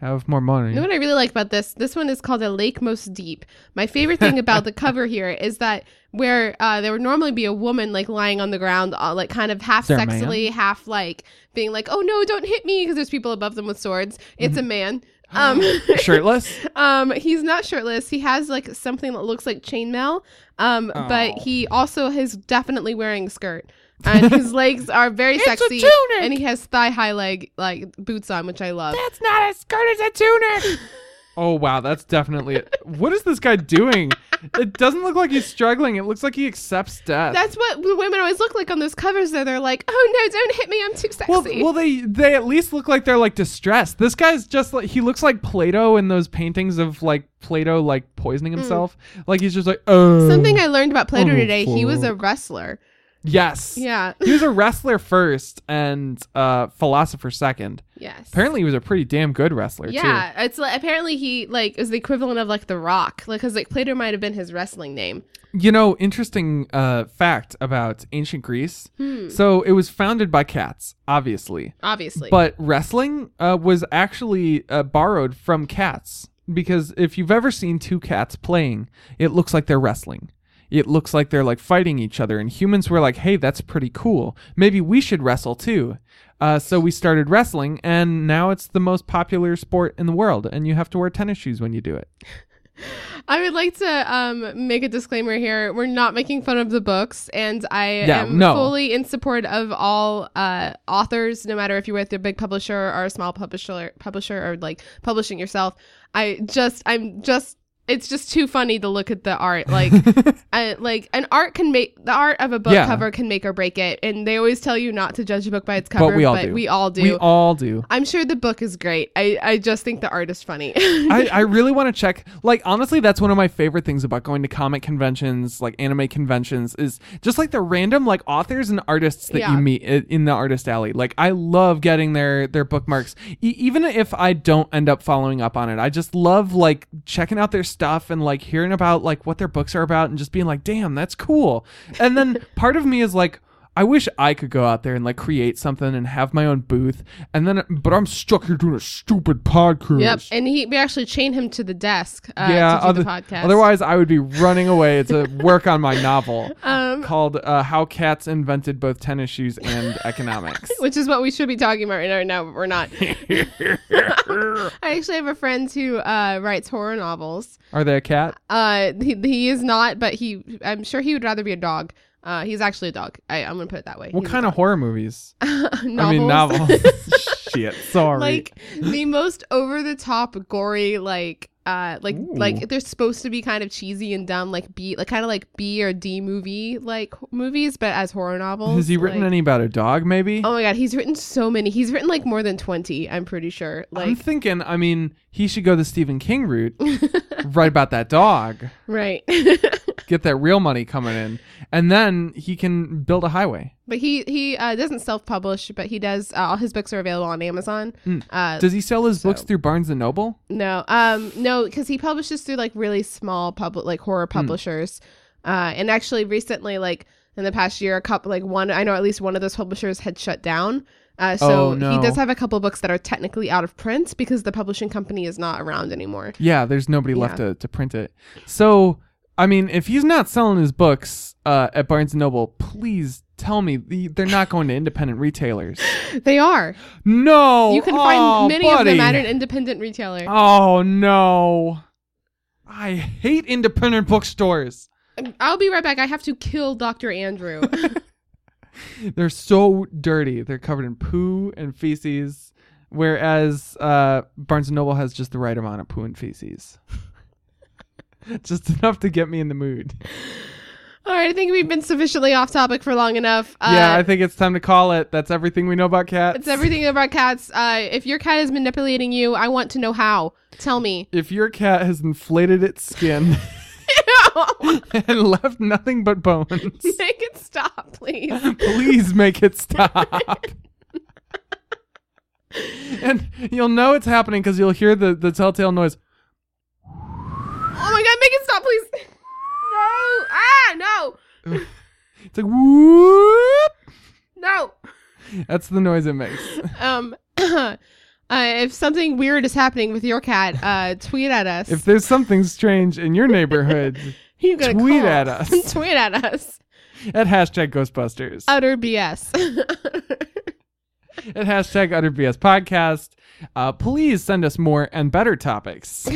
[SPEAKER 2] have more money."
[SPEAKER 3] You know what I really like about this? This one is called A Lake Most Deep. My favorite thing about the cover here is that where uh, there would normally be a woman like lying on the ground, uh, like kind of half
[SPEAKER 2] there a man?
[SPEAKER 3] sexily, half like being like, "Oh no, don't hit me," because there's people above them with swords. It's
[SPEAKER 2] Mm-hmm.
[SPEAKER 3] a man. Um,
[SPEAKER 2] Shirtless.
[SPEAKER 3] um, he's not shirtless. He has like something that looks like chainmail. Um, but
[SPEAKER 2] Oh.
[SPEAKER 3] he also is definitely wearing a skirt. And his legs are very
[SPEAKER 2] It's a
[SPEAKER 3] sexy,
[SPEAKER 2] tunic!
[SPEAKER 3] and he has thigh high leg like boots on, which I love.
[SPEAKER 2] That's not a skirt, it's a tunic. oh wow, that's definitely it. What is this guy doing? It doesn't look like he's struggling. It looks like he accepts death.
[SPEAKER 3] That's what the women always look like on those covers. Though they're like, "Oh no, don't hit me! I'm too sexy."
[SPEAKER 2] well, well, they they at least look like they're like distressed. This guy's just like he looks like Plato in those paintings of like Plato like poisoning himself. Like he's just like oh
[SPEAKER 3] Mm. Something I learned about Plato
[SPEAKER 2] Oh,
[SPEAKER 3] today: he was a
[SPEAKER 2] fuck.
[SPEAKER 3] wrestler.
[SPEAKER 2] yes
[SPEAKER 3] Yeah.
[SPEAKER 2] he was a wrestler first and uh philosopher second.
[SPEAKER 3] Yes.
[SPEAKER 2] Apparently he was a pretty damn good wrestler
[SPEAKER 3] Yeah, it's like apparently he like is the equivalent of like the Rock, like because like Plato might have been his wrestling name.
[SPEAKER 2] too. You know, interesting uh fact about ancient Greece.
[SPEAKER 3] Hmm.
[SPEAKER 2] So it was founded by cats, obviously.
[SPEAKER 3] Obviously.
[SPEAKER 2] But wrestling uh, was actually uh, borrowed from cats because if you've ever seen two cats playing, it looks like they're wrestling. It looks like they're like fighting each other, and humans were like, "Hey, that's pretty cool. Maybe we should wrestle too." Uh, so we started wrestling, and now it's the most popular sport in the world. And you have to wear tennis shoes when you do it.
[SPEAKER 3] I would like to um, make a disclaimer here. We're not making fun of the books, and I
[SPEAKER 2] Yeah,
[SPEAKER 3] am
[SPEAKER 2] no.
[SPEAKER 3] fully in support of all uh, authors, no matter if you're with a big publisher or a small publisher, publisher or like publishing yourself. I just, I'm just, it's just too funny to look at the art. Like, I, like an art can make the art of a book
[SPEAKER 2] Yeah.
[SPEAKER 3] cover can make or break it, and they always tell you not to judge a book by its cover,
[SPEAKER 2] we all do.
[SPEAKER 3] We all do.
[SPEAKER 2] We all do.
[SPEAKER 3] I'm sure the book is great. I, I just think the art is funny.
[SPEAKER 2] I, I really want to check. Like, honestly, that's one of my favorite things about going to comic conventions, like anime conventions, is just like the random like authors and artists that
[SPEAKER 3] Yeah.
[SPEAKER 2] you meet i- in the artist alley. Like, I love getting their their bookmarks, e- even if I don't end up following up on it. I just love like checking out their stuff and like hearing about like what their books are about and just being like, damn, that's cool. And then part of me is like. I wish I could go out there and like create something and have my own booth, and then, but I'm stuck here doing a stupid podcast.
[SPEAKER 3] Yep, and he we actually chain him to the desk uh, to do
[SPEAKER 2] other-
[SPEAKER 3] the podcast.
[SPEAKER 2] Otherwise, I would be running away to work on my novel
[SPEAKER 3] um,
[SPEAKER 2] called uh, "How Cats Invented Both Tennis Shoes and Economics."
[SPEAKER 3] which is what we should be talking about right now. No, but we're not. I actually have a friend who uh, writes horror novels.
[SPEAKER 2] Are they a cat?
[SPEAKER 3] Uh, he, he is not, but he I'm sure he would rather be a dog. Uh, he's actually a dog. I, I'm gonna put it that way.
[SPEAKER 2] What kind of horror movies?
[SPEAKER 3] of novels?
[SPEAKER 2] I mean, novels. Shit, sorry.
[SPEAKER 3] like the most over the top gory like uh like
[SPEAKER 2] Ooh.
[SPEAKER 3] like they're supposed to be kind of cheesy and dumb like B like kind of like B or D movie like h- movies but as horror novels.
[SPEAKER 2] Has he written
[SPEAKER 3] like-
[SPEAKER 2] any about a dog? Maybe.
[SPEAKER 3] Oh my god, he's written so many. He's written like more than 20, I'm pretty sure.
[SPEAKER 2] I'm
[SPEAKER 3] Like
[SPEAKER 2] thinking. I mean, he should go the Stephen King route. write about that dog.
[SPEAKER 3] right.
[SPEAKER 2] Get that real money coming in, and then he can build a highway.
[SPEAKER 3] but he he uh, doesn't self-publish, but he does uh, all his books are available on Amazon.
[SPEAKER 2] Mm.
[SPEAKER 3] Uh
[SPEAKER 2] Does he sell his books
[SPEAKER 3] So-
[SPEAKER 2] through Barnes and Noble?
[SPEAKER 3] No, um, no, because he publishes through like really small public, like horror
[SPEAKER 2] Hmm.
[SPEAKER 3] publishers, uh, and actually recently, like in the past year, a couple, like one, I know at least one of those publishers had shut down. Uh, so
[SPEAKER 2] Oh, no.
[SPEAKER 3] he does have a couple books that are technically out of print because the publishing company is not around anymore.
[SPEAKER 2] Yeah, there's nobody left to, to print it. So, I mean, if he's not selling his books uh, at Barnes and Noble, please tell me the- they're not going to independent retailers.
[SPEAKER 3] They are.
[SPEAKER 2] No,
[SPEAKER 3] you can
[SPEAKER 2] Oh,
[SPEAKER 3] find many of them
[SPEAKER 2] buddy.
[SPEAKER 3] at an independent retailer.
[SPEAKER 2] Oh no, I hate independent bookstores.
[SPEAKER 3] I'll be right back. I have to kill Doctor Andrew.
[SPEAKER 2] They're so dirty. They're covered in poo and feces, whereas uh, Barnes and Noble has just the right amount of poo and feces. just enough to get me in the mood.
[SPEAKER 3] all right, I think we've been sufficiently off topic for long enough. Uh,
[SPEAKER 2] yeah, I think it's time to call it. That's everything we know about cats.
[SPEAKER 3] It's everything about cats. Uh, if your cat is manipulating you, I want to know how. Tell me.
[SPEAKER 2] If your cat has inflated its skin and left nothing but bones,
[SPEAKER 3] Make it stop, please. Oh
[SPEAKER 2] please make it stop. and you'll know it's happening because you'll hear the, the telltale noise.
[SPEAKER 3] Oh my god, make it stop, please. No. Ah, no.
[SPEAKER 2] It's like whoop.
[SPEAKER 3] No.
[SPEAKER 2] That's the noise it makes.
[SPEAKER 3] Um, uh, if something weird is happening with your cat, uh, tweet at us.
[SPEAKER 2] If there's something strange in your neighborhood,
[SPEAKER 3] you gotta
[SPEAKER 2] tweet
[SPEAKER 3] call.
[SPEAKER 2] at us.
[SPEAKER 3] tweet at us.
[SPEAKER 2] at hashtag Ghostbusters,
[SPEAKER 3] Utter BS.
[SPEAKER 2] at hashtag Utter BS Podcast, uh, please send us more and better topics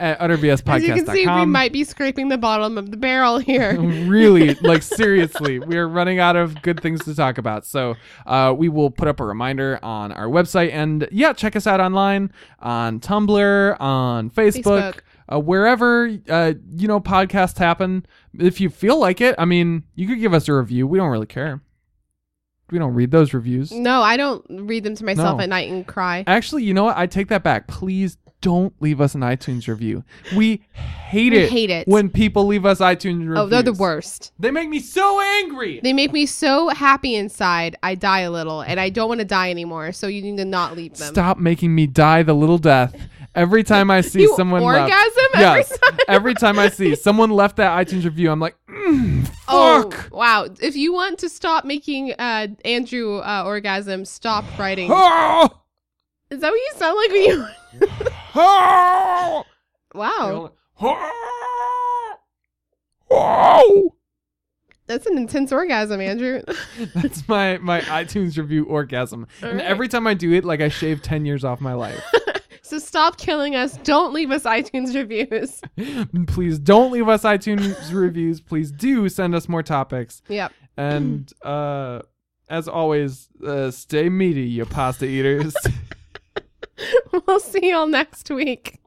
[SPEAKER 2] at utterbspodcast.com.
[SPEAKER 3] As you can see, we might be scraping the bottom of the barrel here.
[SPEAKER 2] really like seriously we are running out of good things to talk about so uh, we will put up a reminder on our website and yeah check us out online on tumblr on facebook,
[SPEAKER 3] Facebook.
[SPEAKER 2] Uh, wherever uh, you know podcasts happen if you feel like it i mean you could give us a review we don't really care we don't read those reviews
[SPEAKER 3] No, I don't read them to myself
[SPEAKER 2] No.
[SPEAKER 3] at night and cry.
[SPEAKER 2] actually you know what i take that back please don't leave us an itunes review we hate
[SPEAKER 3] We
[SPEAKER 2] it
[SPEAKER 3] hate it.
[SPEAKER 2] when people leave us itunes reviews
[SPEAKER 3] Oh, they're the worst.
[SPEAKER 2] they make me so angry
[SPEAKER 3] They make me so happy inside, I die a little, and I don't want to die anymore. So you need to not leave them.
[SPEAKER 2] Stop making me die the little death every time I see
[SPEAKER 3] You
[SPEAKER 2] someone left.
[SPEAKER 3] orgasm every
[SPEAKER 2] Yes, every time I see someone left that iTunes review, I'm like, mm,
[SPEAKER 3] Oh
[SPEAKER 2] fuck,
[SPEAKER 3] wow! If you want to stop making uh, Andrew uh, orgasm, stop writing.
[SPEAKER 2] oh,
[SPEAKER 3] Is that what you sound like when you?
[SPEAKER 2] oh,
[SPEAKER 3] Wow,
[SPEAKER 2] oh, oh.
[SPEAKER 3] that's an intense orgasm, Andrew.
[SPEAKER 2] That's my my iTunes review orgasm, and
[SPEAKER 3] Alright.
[SPEAKER 2] every time I do it, like I shave ten years off my life.
[SPEAKER 3] so stop killing us. Don't leave us iTunes reviews.
[SPEAKER 2] Please don't leave us iTunes reviews. Please do send us more topics.
[SPEAKER 3] Yep.
[SPEAKER 2] And uh, as always, uh, stay meaty, you pasta eaters.
[SPEAKER 3] We'll see y'all next week.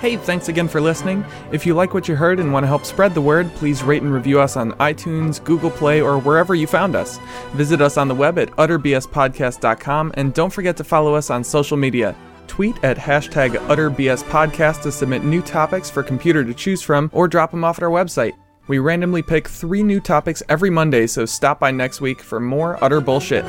[SPEAKER 2] hey, thanks again for listening. If you like what you heard and want to help spread the word, please rate and review us on iTunes, Google Play, or wherever you found us. Visit us on the web at utterbspodcast.com and don't forget to follow us on social media. Tweet at hashtag utterbspodcast to submit new topics for computer to choose from or drop them off at our website. We randomly pick three new topics every Monday, so stop by next week for more utter bullshit.